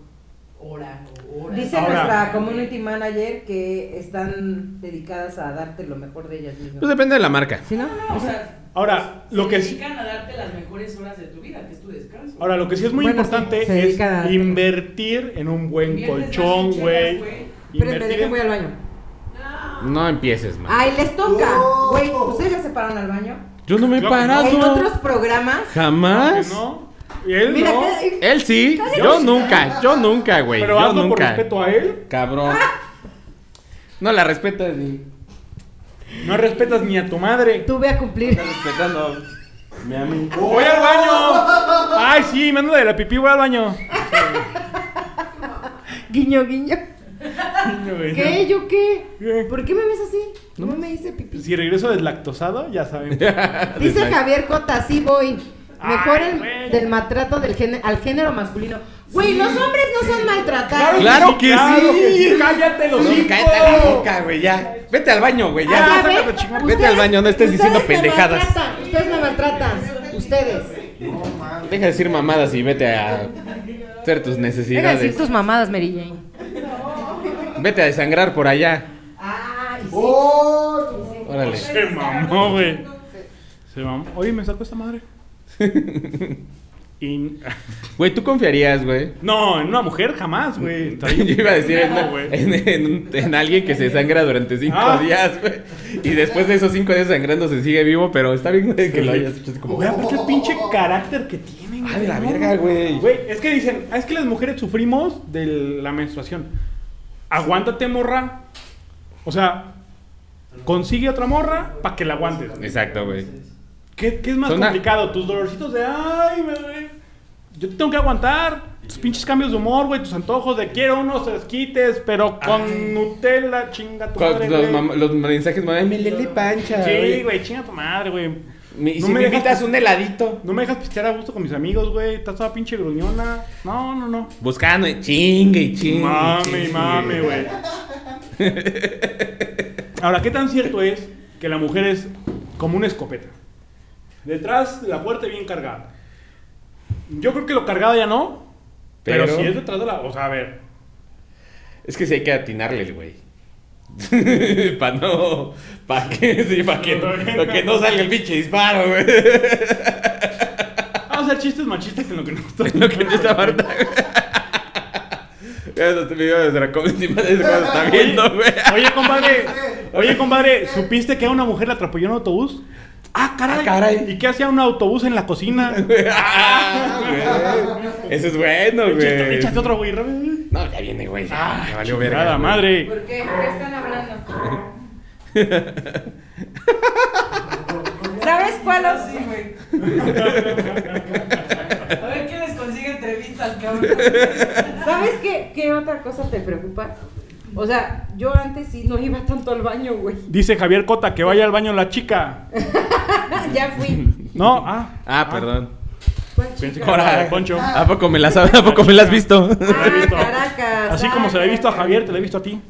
H: hora o hora.
D: Dice
B: Ahora-
D: nuestra community manager que están dedicadas a darte lo mejor de ellas mismas.
C: Pues depende de la marca.
D: ¿Sí, no?
H: No, o sea,
B: Ahora, lo
H: se
B: que sí,
H: dedican a darte las mejores horas de tu vida, que es tu descanso.
B: ahora, lo que sí es muy
D: Bueno, sí,
B: importante
D: se
B: es
D: dedica a-
B: invertir en un buen
H: Inviertes las
B: colchón,
H: chelas,
B: güey.
H: güey.
D: Espérenme,
B: Invertir
D: dejen,
B: en-
D: voy al baño.
C: No empieces, man.
D: Ay, les toca.
G: Oh.
D: Güey, ¿ustedes ya se pararon al baño?
C: Yo Ah, no me he
B: Claro que no.
D: En otros
C: parado.
D: programas.
C: Jamás.
B: ¿No? Y él
D: Mira,
B: no.
D: que-
C: Él sí. Yo nunca. Yo nunca, güey.
B: Pero
C: Yo
B: hazlo por
C: nunca.
B: respeto a él.
C: Cabrón.
D: Ah.
C: No la respetas ni.
B: No respetas ni a tu madre.
D: tuve a cumplir.
C: Respetando. Me amo.
B: ¡Voy al baño! ¡Ay, sí! Me ando de la pipí, voy al baño.
D: Guiño, guiño. ¿Qué? ¿Yo
B: ¿Qué?
D: qué? ¿Por qué me ves así? No me hice pipí.
B: Si regreso deslactosado, ya saben.
D: Dice Javier Cota, sí voy. Mejor
B: Ay,
D: el-
B: güey.
D: del maltrato del géne- al género masculino. Güey, los hombres no son maltratados.
C: Claro que sí.
B: Cállate los
C: No,
B: hijos.
C: cállate la boca, güey, ya. Vete al baño, güey,
D: pues. Ah,
C: ya.
D: a ver,
C: Vete al baño, no estés
D: ustedes
C: diciendo
D: me
C: pendejadas.
D: maltratan, Ustedes me maltratan. Ustedes.
C: Deja de decir mamadas y vete a hacer tus
D: Deja de decir
C: necesidades.
D: tus mamadas, Mary Jane.
C: Vete a desangrar por allá.
D: Ay, sí.
G: ¡Oh!
C: Órale.
B: Se mamó, güey. Se mamó. Oye, me sacó esta madre. Y-
C: Güey, ¿tú confiarías, güey?
B: No, en una mujer jamás, güey. Está
C: Yo
B: bien.
C: iba a decir en,
B: No, güey.
C: en- en un- en alguien que se sangra durante cinco
B: Ah.
C: días, güey. Y después de esos cinco días sangrando se sigue vivo, pero está bien, güey, que lo hayas hecho así como...
B: Güey, aparte el pinche carácter que tienen.
C: Ah, de la
B: güey.
C: verga, güey.
B: Güey, es que dicen, "Ah, es que las mujeres sufrimos de la menstruación. Aguántate, morra. O sea, consigue otra morra para que la aguantes.
C: Exacto, güey.
B: ¿Qué, qué es más
C: Son una-
B: complicado? Tus dolorcitos de, ay, bebé. Yo te tengo que aguantar. Tus pinches cambios de humor, güey. Tus antojos de quiero unos esquites, pero con Nutella, chinga tu
C: Con
B: madre.
C: Los,
B: güey.
C: mam- los mensajes, mamá, me lele pancha,
B: Sí,
C: güey.
B: güey, chinga tu madre, güey.
C: Me- y
B: No
C: si
B: me
C: me
B: dejas-
C: invitas un heladito.
B: No me dejas pistear a gusto con mis amigos, güey. Estás toda pinche gruñona. No, no, no.
C: Buscando, y chingue y chingue.
B: Mame,
C: chingue.
B: mame, güey. Ahora, ¿qué tan cierto es que la mujer es como una escopeta? Detrás de la puerta bien cargada. Yo creo que lo cargado ya no. Pero,
C: Pero-
B: si es detrás de la. O sea, a ver.
C: Es que sí hay que atinarle, güey. pa' no. Pa' que, sí, pa' que, pa' que no salga el pinche disparo, güey.
B: Vamos a hacer chistes machistas en lo que no está.
C: Lo que no está Marta, güey. Ya no te video de la comedy madre, eso cuando está viendo, güey.
B: Oye, compadre. Oye, compadre, ¿supiste que a una mujer la atropelló un autobús? Ah, caray.
C: Ah, caray.
B: ¿Y qué hacía un autobús en la cocina?
C: Ah, güey. Eso es bueno,
B: Échate,
C: güey.
B: échate otro, güey. rápido.
C: No, ya viene, güey. Ya, ya valió verga.
B: Nada,
C: güey.
B: madre.
D: ¿Por qué? ¿Qué están hablando? ¿Sabes cuál? os-
H: Ah, Sí, güey. A ver quién les consigue entrevistas, cabrón.
D: ¿Sabes qué, qué otra cosa te preocupa? O sea, yo antes sí no iba tanto al baño, güey.
B: Dice Javier Cota que vaya al baño la chica.
D: Ah, ya fui.
B: No, ah.
C: Ah, perdón.
D: Pues,
B: Pensé que
D: chica.
B: era la
C: Ahora,
B: de Poncho.
C: ¿A poco me la sabes? ¿A poco me la has visto?
B: la he visto.
D: Ah, Caracas, ah,
B: Así como se la he visto a
D: Caracas.
B: Javier, te la he visto a ti.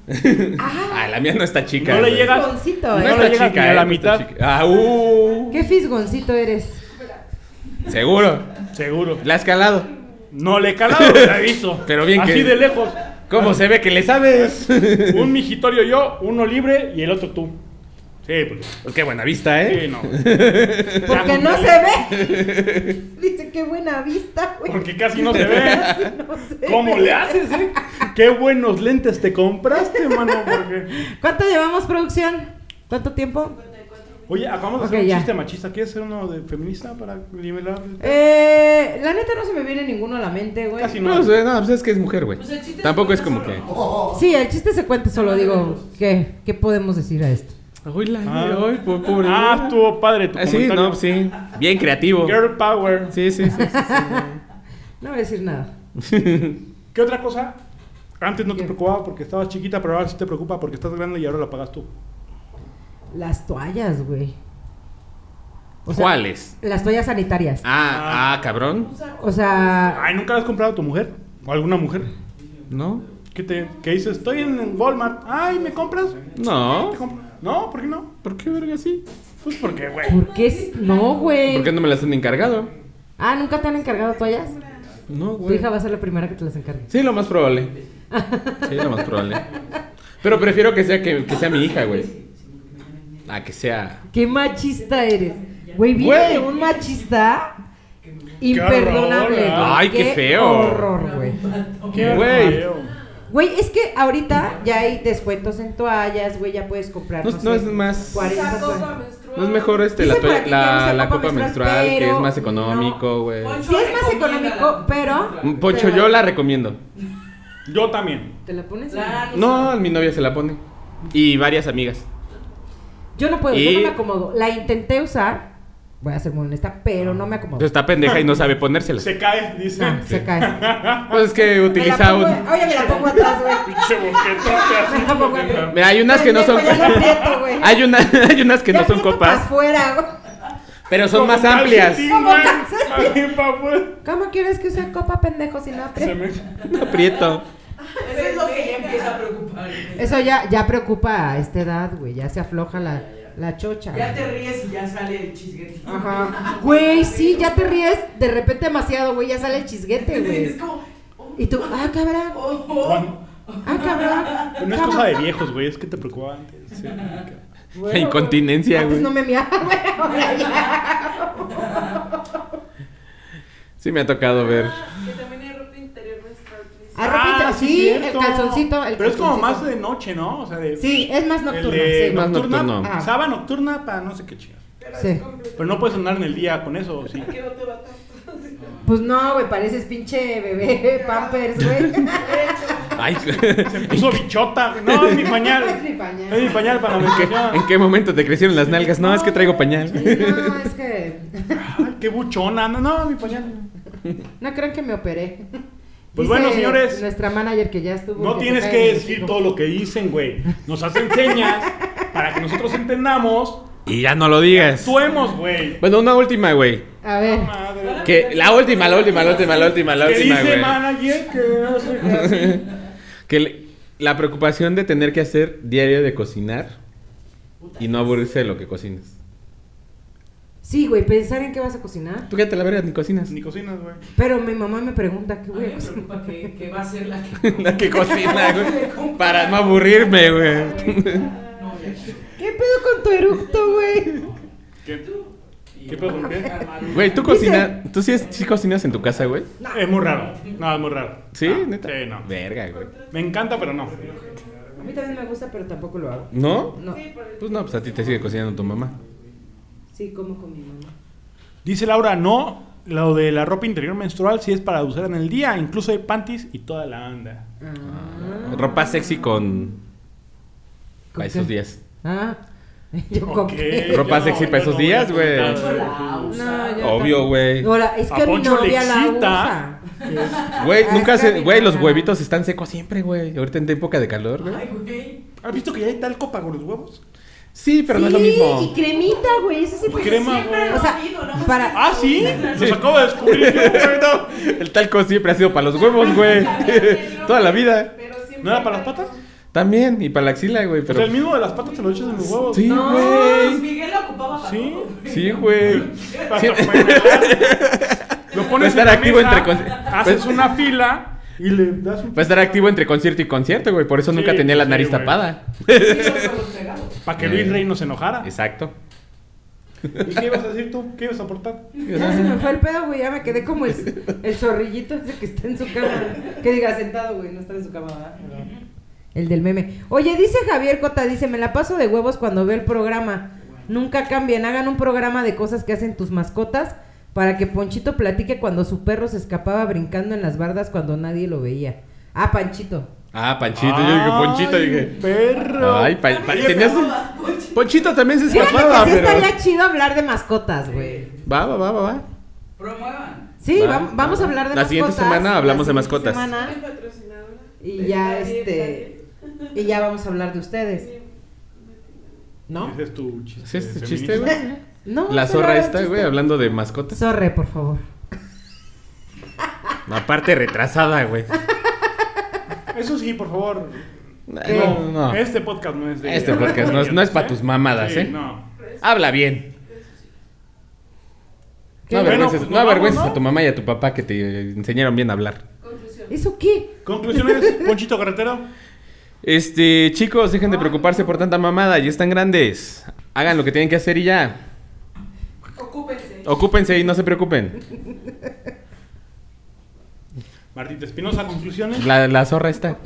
D: Ah,
C: Ah, la mía no está chica.
B: No le
C: güey.
B: llega-
D: fisgoncito,
C: No
D: ¿eh?
B: No
C: está
B: le llegas
C: chica,
B: ni a
C: eh,
B: la
C: no está
B: mitad.
C: chica. Ah, uh,
D: ¿Qué fisgoncito eres?
C: Seguro.
B: Seguro.
C: La ha escalado.
B: No le he calado, te aviso.
C: Pero bien
B: Así
C: que-
B: de lejos.
C: ¿Cómo se ve que le sabes?
B: Un mijitorio yo, uno libre y el otro tú. Sí, pues.
C: Qué buena vista, ¿eh?
B: Sí, no.
D: Porque no se ve. Dice, qué buena vista, güey.
B: Porque casi no se ve.
D: No se
B: ¿Cómo
D: ve.
B: le haces, eh? Qué buenos lentes te compraste, mano. Porque...
D: ¿Cuánto llevamos producción? ¿Cuánto tiempo?
B: Oye, acabamos de
D: Ok,
B: hacer un
D: ya.
B: chiste machista. ¿Quieres hacer uno de feminista para nivelar?
D: Eh, la neta no se me viene ninguno a la mente, güey.
B: Casi no.
C: No, o sea, no, pues es que es mujer, güey.
E: Pues el chiste
C: Tampoco es
E: es que
C: como
E: no
C: que.
D: Sí, el chiste se cuenta, solo digo, ¿qué, ¿qué podemos decir a esto?
C: Ay, la
B: Ah.
C: ay, po- pobre.
B: Ah, estuvo padre tu
C: Ah, sí,
B: comentario.
C: no, sí. Bien creativo.
B: Girl power.
C: Sí, sí, sí. sí, sí.
D: No voy a decir nada.
B: ¿Qué otra cosa? Antes no te
D: ¿Qué?
B: preocupaba porque estabas chiquita, pero ahora sí te preocupa porque estás grande y ahora la pagas tú.
D: Las toallas, güey. O sea,
C: ¿Cuáles?
D: Las toallas sanitarias.
C: Ah, ah, cabrón.
D: O sea,
B: Ay, ¿nunca la has comprado a tu mujer? ¿O alguna mujer?
C: ¿No?
B: ¿Qué te que dices? Estoy en Walmart. Ay, ¿me compras?
C: No.
B: Te compro. No, ¿por qué no?
C: ¿Por qué verga así?
B: Pues porque, güey.
D: ¿por qué? es- No, güey.
C: ¿Por qué no me las han encargado?
D: Ah, ¿nunca te han encargado toallas?
C: No,
D: Tu
C: güey.
D: hija va a ser la primera que te las encargue.
C: Sí, lo más probable. Sí, lo más probable. Pero prefiero que sea que, que sea mi hija, güey. A que sea.
D: ¡Qué machista eres! Güey,
C: Güey.
D: viene de un machista imperdonable.
B: horror,
D: güey.
B: ah.
C: Ay, qué feo.
D: horror, güey!
B: Qué
C: Güey.
B: feo.
D: Güey, es que ahorita ya hay descuentos en toallas, güey, ya puedes comprar.
C: No- no es más-
D: 40
E: copa
D: toallas.
E: menstrual.
C: No es mejor este
D: Dice
C: la,
D: por
C: toalla-
D: aquí que
C: la,
D: usa
C: la
D: copa
C: copa menstrual,
D: menstrual,
C: que es
D: pero
C: más
D: no.
C: económico, güey. Mm,
D: Sí es más económico, pero.
C: Poncho, yo la recomiendo.
B: Yo también.
D: ¿Te la pones?
E: La-
C: No, mi novia se la pone. Y varias amigas.
D: Yo no puedo,
C: Y-
D: yo no me acomodo. La intenté usar, voy a ser muy honesta, pero no me acomodo.
C: Pero está pendeja y no sabe ponérsela.
B: Se cae, dice.
D: No, se cae.
C: Pues es que
D: Me la
C: utiliza
D: pongo-
C: un.
D: Oye, me la pongo atrás, güey.
B: Pinche boquetote así.
D: Me la pongo atrás.
C: Mira, hay unas que no son.
D: Pendejo, ya la aprieto, güey.
C: Hay, una- hay unas que
D: Ya
C: no son
D: aprieto pa'
C: copas,
D: afuera, güey.
C: pero son
B: Como
C: más amplias.
B: calcetín,
D: Como
B: güey.
D: calcetín.
B: Así pa' afuera.
D: ¿Cómo quieres que use copa, pendejo, si
B: Se
D: no aprieto?
B: me-
C: No aprieto.
H: Eso es lo que ya empieza a preocupar. güey.
D: Eso ya, ya preocupa a esta edad, güey. Ya se afloja la, la chocha.
H: Ya te ríes y ya sale el chisguete.
D: Ajá. Güey, sí, ya te ríes de repente demasiado, güey. Ya sale el chisguete,
H: Es
D: güey.
H: como. oh,
D: Y tú, ah, cabrón.
H: oh, oh.
D: Ah, cabrón.
B: No es cosa de viejos, güey. Es que te preocupaba antes. Sí.
D: Ah,
C: La incontinencia,
D: Antes
C: güey.
D: no me miaba, güey. Ahora ya.
C: Sí me ha tocado ver.
E: Que también hay ropa interior menstrual. please.
D: Ah, ropa interior, sí,
B: cierto.
D: el calzoncito, el
B: Pero es como
D: calzoncito.
B: más de noche, ¿no? O sea, de.
D: Sí, es más
B: el
D: nocturna.
B: de
D: sí.
C: Más
B: nocturna,
C: nocturno.
D: Ah.
B: Saba nocturna para no sé qué chido.
E: Pero
D: Sí.
E: es completo.
B: Pero no puedes andar en el día con eso, ¿o sí.
E: Que no te batas.
D: Pues no, güey, pareces pinche bebé Pampers, güey.
C: Ay,
B: Puso bichota. güey. No, es mi pañal.
D: Es mi pañal.
B: Es mi pañal para la menstruación.
C: ¿en qué momento te crecieron las nalgas? No, es que traigo pañal.
D: No, es que.
B: Ay, qué buchona. No, no, mi pañal.
D: No crean que me operé.
B: Pues bueno, señores.
D: Nuestra manager que ya estuvo.
B: No
D: se
B: tienes
D: cae
B: que
D: en el
B: decir
D: hocico.
B: todo lo que dicen, güey. Nos hacen señas para que nosotros entendamos.
C: Y ya no lo digas.
B: Actuemos, güey.
C: Bueno, una última, güey.
D: A ver.
B: Madre.
C: Que la última, la última, la última, la última, la
B: Que
C: última,
B: dice
C: güey.
B: manager que no sé qué así.
C: Que le- la preocupación de tener que hacer diario de cocinar y no aburrirse de lo que cocinas.
D: Sí, güey, pensar en qué vas a cocinar.
C: Tú quédate la verga, ni cocinas.
B: Ni cocinas, güey.
D: Pero mi mamá me pregunta qué
H: A
D: voy
H: mí
D: a
H: me
D: cocinar.
H: preocupa que, que va a ser la que.
C: la que cocina, güey. Para no aburrirme, güey.
H: No, ya.
D: ¿Qué pedo con tu eructo, güey?
B: ¿Qué?
H: Y-
B: ¿Qué pedo con qué?
H: Armadura.
C: Güey, tú
D: Dice-
C: cocinas. ¿Tú sí, es- sí cocinas en tu casa, güey?
B: Es muy raro. No, es muy raro.
C: ¿Sí?
D: Ah,
B: No,
C: ¿Neta?
B: Sí, no.
C: Verga, güey.
B: Me encanta, pero no.
D: A mí también me gusta, pero tampoco lo hago.
C: ¿No?
D: No.
C: Pues no, pues a ti te sigue cocinando tu mamá.
D: Sí, como con mi mamá.
B: Dice Laura, no, lo de la ropa interior menstrual sí es para usar en el día, incluso hay panties y toda la anda.
D: Ah.
C: Ropa sexy con.
D: ¿Con
C: Para esos
D: qué?
C: días.
D: Ah. Yo con qué.
C: Ropa sexy para esos días, güey.
H: No,
D: No, yo
C: Obvio,
D: tampoco.
C: güey.
D: Ahora, es
B: A
D: que mi
B: Poncho le
D: novia la
B: excita.
D: usa.
C: Güey,
D: Ah,
C: nunca
D: es que a
C: se.
D: mí
C: Güey,
D: no,
C: los
D: no.
C: huevitos están secos siempre, güey. Ahorita en época de calor, güey.
H: Ay, güey.
B: ¿Has visto que ya hay talco para los huevos?
C: Sí, pero no es lo
D: Sí,
C: mismo.
D: Y cremita, güey. Eso sí
B: Y
D: puede
B: crema,
D: ser.
B: güey.
D: O sea, para.
B: Ah, sí, los acabo de descubrir yo, güey.
C: No, el talco siempre ha sido para los huevos, güey. Toda la vida. ¿eh?
E: Pero siempre.
B: ¿No era para las patas?
C: También, y para la axila, güey.
B: O sea,
C: Pero.
B: Pues el mismo de las patas te lo echas en los huevos.
C: Sí,
D: No.
H: Pues
C: güey.
H: Miguel la ocupaba para
B: Sí.
H: todo, güey.
C: Sí, güey.
B: Para- para-
C: Lo
B: pones
C: estar
B: en la
C: activo
B: mesa,
C: entre cos-
B: haces
C: pues-
B: una fila y le das un
C: Va a estar activo entre concierto y concierto, güey. Por eso
B: Sí,
C: nunca tenía la
B: sí,
C: nariz
B: güey.
C: tapada.
B: para que Luis Rey no se enojara.
C: Exacto.
B: ¿Y qué ibas a decir tú? ¿Qué ibas a aportar?
D: Ya se me fue el pedo, güey. Ya me quedé como el, el zorrillito ese que está en su cama. Que diga, sentado, güey. No está en su cama, ¿verdad? El del meme. Oye, dice Javier Cota, dice, me la paso de huevos cuando veo el programa. Nunca cambien, hagan un programa de cosas que hacen tus mascotas para que Ponchito platique cuando su perro se escapaba brincando en las bardas cuando nadie lo veía. Ah, Panchito.
C: Ah, Panchito. Yo dije, Ponchito.
B: Ay,
C: Dije,
B: Perro.
C: ay, pa- pa- tenías un- Ponchito también se
D: Fíjate
C: escapaba,
D: que pues, sí
C: pero.
D: estaría chido hablar de mascotas, güey.
C: Va, va, va, va, va.
H: Promuevan.
D: Sí,
C: Va,
D: vam- vamos a
C: va.
D: hablar de
C: La
D: mascotas.
C: siguiente semana hablamos de
D: siguiente
C: mascotas.
D: semana.
E: patrocinadora.
D: Y ya,
E: Está bien,
D: este, y ya vamos a hablar de ustedes.
E: está bien.
D: ¿No?
B: Ese es tu chiste.
C: ¿Ese es tu
B: feminista.
C: chiste, güey?
D: No.
C: La
D: ese
C: zorra
D: era el
C: esta,
D: chiste.
C: güey, hablando de mascotas.
D: Zorre, por favor.
C: Aparte retrasada, güey.
B: Eso sí, por favor.
C: No, no, no.
B: Este podcast no es de.
C: Este podcast no es- no es pa' tus mamadas,
B: Sí,
C: ¿eh?
B: No.
C: Habla bien. No
B: Bueno,
C: avergüences,
B: pues,
C: no
B: nos
C: avergüences
B: vamos, ¿no?
C: a tu mamá y a tu papá que te enseñaron bien a hablar.
E: Conclusión.
D: ¿Eso qué?
B: Conclusiones, Ponchito Carretero.
C: Este, chicos, dejen de preocuparse por tanta mamada, ya están grandes. Hagan lo que tienen que hacer y ya.
E: Ocúpense.
C: Ocúpense y no se preocupen.
B: Martita Espinosa, conclusiones.
C: La, la zorra está.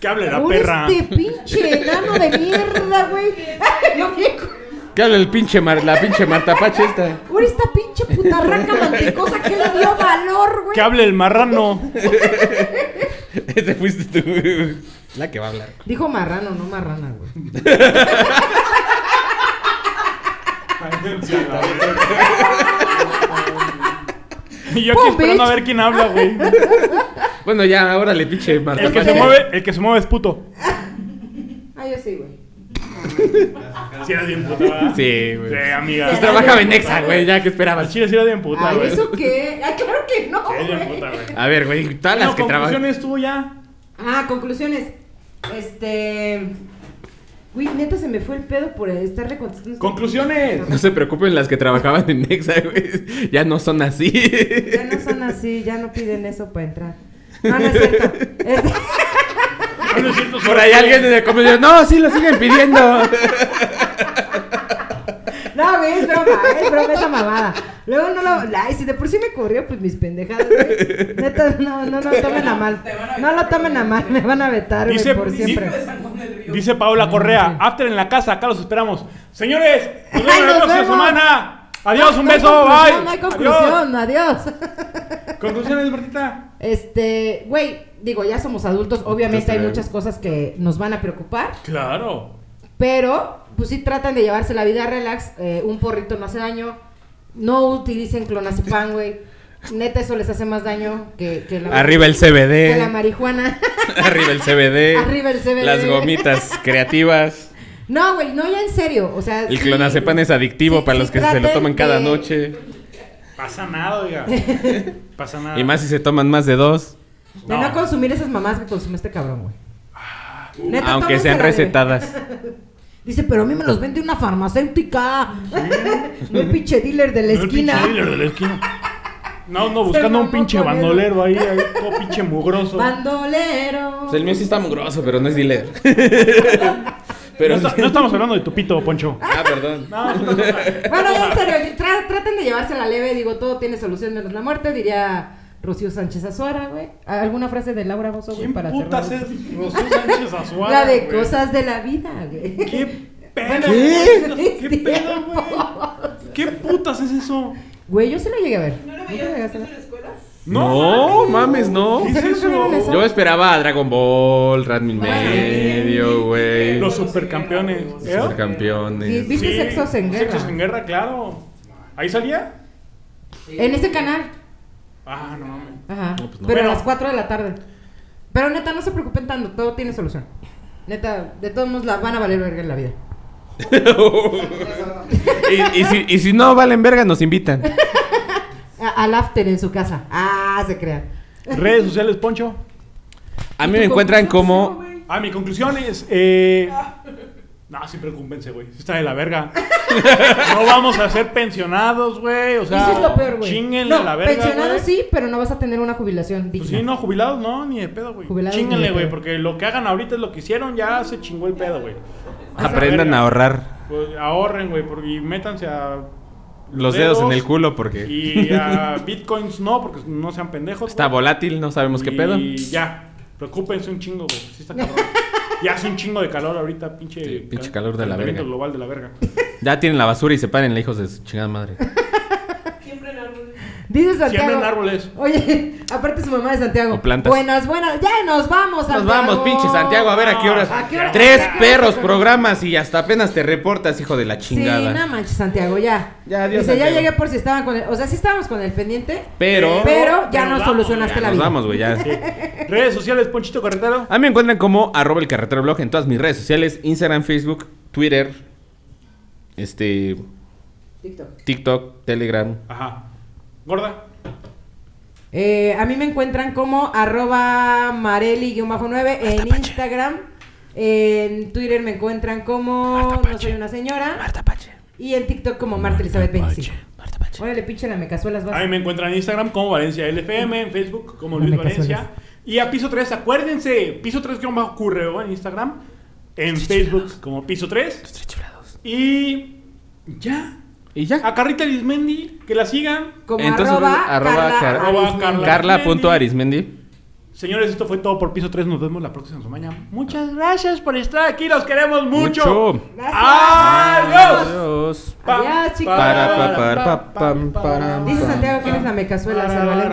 B: Que hable la
D: Un
B: perra.
D: Este pinche enano de mierda, güey. Ay, no, qué co-
C: ¿Qué habla el pinche Mar- la pinche Marta Pache esta?
D: Ahora esta pinche putarraca mantecosa que le dio valor, güey.
B: Que hable el marrano.
C: Ese fuiste tú. La que va a hablar.
D: Dijo marrano, no marrana, güey.
B: Y yo aquí
D: Pum,
B: esperando a
D: bitch.
B: ver quién habla, güey.
C: Bueno, ya, ahora le pinche Marta
B: El que se
C: Pache.
B: mueve, el que se mueve es puto.
D: Ah, yo sí, güey.
B: Si eras bien puta, ¿verdad?
C: Sí, güey.
B: Sí, amiga.
C: Pues trabajaba en Exa, güey, ya que
B: Al
C: esperabas.
B: chile sí era bien puta,
D: Ay,
B: güey.
D: Ah, ¿eso qué? Ay, claro que no,
B: Sí, bien
D: güey.
B: puta, güey.
C: A ver, güey, todas las
B: Bueno,
C: que trabajan.
B: conclusiones tú ya.
D: Ah, conclusiones. Este... Güey, neta, se me fue el pedo por estarle contestando. esta-
B: Conclusiones.
C: No se preocupen las que trabajaban en Nexa, güey. Ya no son así.
D: Ya no son así, ya no piden eso para entrar. No, no es cierto. Este-
B: Ah, No, no es cierto,
C: Por ahí
B: sí.
C: alguien en el comentario, no, sí lo siguen pidiendo.
D: No, güey, es broma, es broma esa mamada. Luego no lo. Ay, si de por sí me corrió, pues mis pendejadas, güey. Neta, no, no, no, tomen a mal. No lo tomen a mal, me van a vetar, güey,
B: Dice-
D: por
B: dice-
D: siempre.
B: Dice Paola Correa, after en la casa, acá los esperamos. Señores, nos vemos
D: Ay,
B: la
D: nos
B: próxima
D: vemos.
B: semana. Adiós, un
D: No hay
B: beso,
D: conclusión,
B: bye.
D: No hay
B: Adiós.
D: conclusión, adiós.
B: Conclusiones, Martita.
D: Este, güey, digo, ya somos adultos, obviamente hay
C: Este-
D: muchas cosas que nos van a preocupar.
B: Claro.
D: Pero, pues sí tratan de llevarse la vida relax. eh, un porrito no hace daño. No utilicen clonazepam, güey. Neta, eso les hace más daño que, que la,
C: Arriba eh. el
D: que la
C: CBD.
D: marihuana.
C: Arriba el CBD.
D: Arriba el CBD.
C: Las gomitas creativas.
D: no, güey, no, ya en serio. O sea,
C: El
D: sí-
C: clonazepam es adictivo
D: sí,
C: para
D: sí,
C: los que se lo
D: traten
C: toman cada
D: de-
C: noche.
B: Pasa nada, oiga. Pasa nada.
C: Y más si se toman más de dos.
D: De no.
B: No.
D: consumir esas mamás que consume este cabrón, güey. Neta,
C: Ah, Aunque sean
D: tómensela, güey.
C: recetadas.
D: Dice, pero a mí me los vende una farmacéutica. no el pinche dealer de la
B: No, el
D: esquina.
B: pinche dealer de la esquina. No, no, buscando
D: Se
B: un
D: mamó
B: pinche
D: con él.
B: bandolero ahí, ahí, todo pinche mugroso.
D: Bandolero.
C: Pues el mío sí está mugroso, pero no es dealer. Pero
B: no, está- no estamos hablando de tu pito, Poncho.
C: Ah, perdón.
B: No, no, no.
D: Bueno, ya en serio, tra- traten de llevársela leve, digo, todo tiene solución menos la muerte, diría Rocío Sánchez Azuara, güey. ¿Alguna frase de Laura Bozo, güey,
B: ¿Quién
D: para
B: putas
D: cerrar?
B: es Rocío Sánchez Azuara?
D: La de
B: güey?
D: cosas de la vida, güey.
B: ¿Qué pedo?
D: Bueno,
B: güey? ¿Qué
D: es
B: pedo,
D: Este tiempo.
B: güey? ¿Qué putas es eso?
D: Güey, yo sí lo llegué a ver.
E: ¿No lo
D: Nunca
E: veías
D: llegaste a ver.
E: después de la escuela?
C: No, mames, no.
B: ¿Qué es eso?
C: Yo esperaba a Dragon Ball, Radmin Medio, güey.
B: Los supercampeones. ¿Eh?
D: Sí,
C: Supercampeones.
D: ¿Viste Sexos en Guerra?
B: Sexos en guerra, claro. ¿Ahí salía?
D: En ese canal.
B: Ah, no mames.
D: Ajá.
C: No, pues no.
D: Pero
B: Bueno.
D: a las 4 de la tarde. Pero neta, no se preocupen tanto, todo tiene solución. Neta, de todos modos la van a valer verga en la vida.
C: y, y si, y si no valen verga, nos invitan.
D: A- al after en su casa. Ah, se crea.
B: Redes sociales, Poncho.
C: A mí me encuentran como
B: Ah, mi conclusión es, eh, No, sí, preocúpense, güey. Sí Está de la verga. no vamos a ser pensionados, güey. O sea,
D: Eso es lo peor, güey.
B: Chinguenle
D: No,
B: a la verga.
D: Pensionado
B: güey.
D: sí, pero no vas a tener una jubilación digna.
B: Pues sí, no, jubilados no, ni de pedo, güey.
D: Jubilados ni de
B: Chinguenle, güey,
D: pedo.
B: porque lo que hagan ahorita es lo que hicieron, ya se chingó el pedo, güey.
C: Aprendan a ahorrar
B: Pues ahorren, güey, porque- y métanse a.
C: los dedos en el culo porque
B: Y a bitcoins no, porque no sean pendejos.
C: está
B: güey.
C: volátil, no sabemos qué pedo.
B: Y ya, preocúpense un chingo, güey. Sí está cabrón. ya hace un chingo de calor ahorita, pinche.
C: Sí, pinche calor de la
B: calentamiento
C: verga.
B: global de la verga.
C: Ya tienen la basura y se paren hijos de su chingada madre.
E: Siempre en árboles.
D: Dice Santiago.
B: Siembren árboles.
D: Oye, aparte su mamá de Santiago.
C: O plantas.
D: Buenas, buenas. Ya nos vamos,
C: Nos
D: Santiago.
C: vamos, pinche Santiago, a ver a qué horas.
D: Ah, ¿A qué hora-
C: Tres
D: a qué hora
C: perros,
D: te-
C: programas y hasta apenas te reportas, hijo de la
D: Sí, no
C: chingada.
D: manches, Santiago, ya.
C: Ya, adiós,
D: Dice, ya
C: Santiago.
D: llegué por si estaban con el. O sea, sí estábamos con el pendiente.
C: Pero
D: Pero ya
B: Pero
D: nos
B: vamos,
D: solucionaste
B: ya
D: la
C: nos
D: vida.
C: vamos, güey, ya.
B: Redes sociales, Ponchito Carretero.
C: A mí me encuentran como arroba el carretero blog en todas mis redes sociales, Instagram, Facebook, Twitter, este,
D: TikTok.
C: TikTok, Telegram.
B: Ajá. Gorda.
D: Eh, a mí me encuentran como arroba mareli-9 en Instagram. En Twitter me encuentran como No Soy Una Señora. Marta Pache. Y en TikTok como Marta Elizabeth 25. Órale, pinche la me casó las
B: A mí
D: bases.
B: me encuentran en Instagram como Valencia LFM, en Facebook como
D: No
B: Luis
D: me
B: Valencia.
D: casuales.
B: Y a Piso 3, acuérdense, Piso 3 que bajo Curreo en Instagram, en Facebook como Piso 3. Y ya.
C: Y ya.
B: A Carrita Lismendi, que la sigan.
D: Como
C: Entonces,
D: arroba,
C: arroba
D: Carla
C: Car-
B: arroba
D: Arismendi.
B: Carla.
C: Carla.arismendi.
B: Señores, esto fue todo por Piso 3. Nos vemos la próxima semana. Muchas gracias por estar aquí. Los queremos mucho.
C: Mucho.
D: Gracias.
B: Adiós.
C: Adiós.
B: Pa-
D: Adiós, chicos.
B: para,
C: Para, pa, para, pa, pam,
B: para,
C: param,
D: Dice
C: pam.
D: Santiago que eres la mecazuela,
B: Para,
D: San Valentín.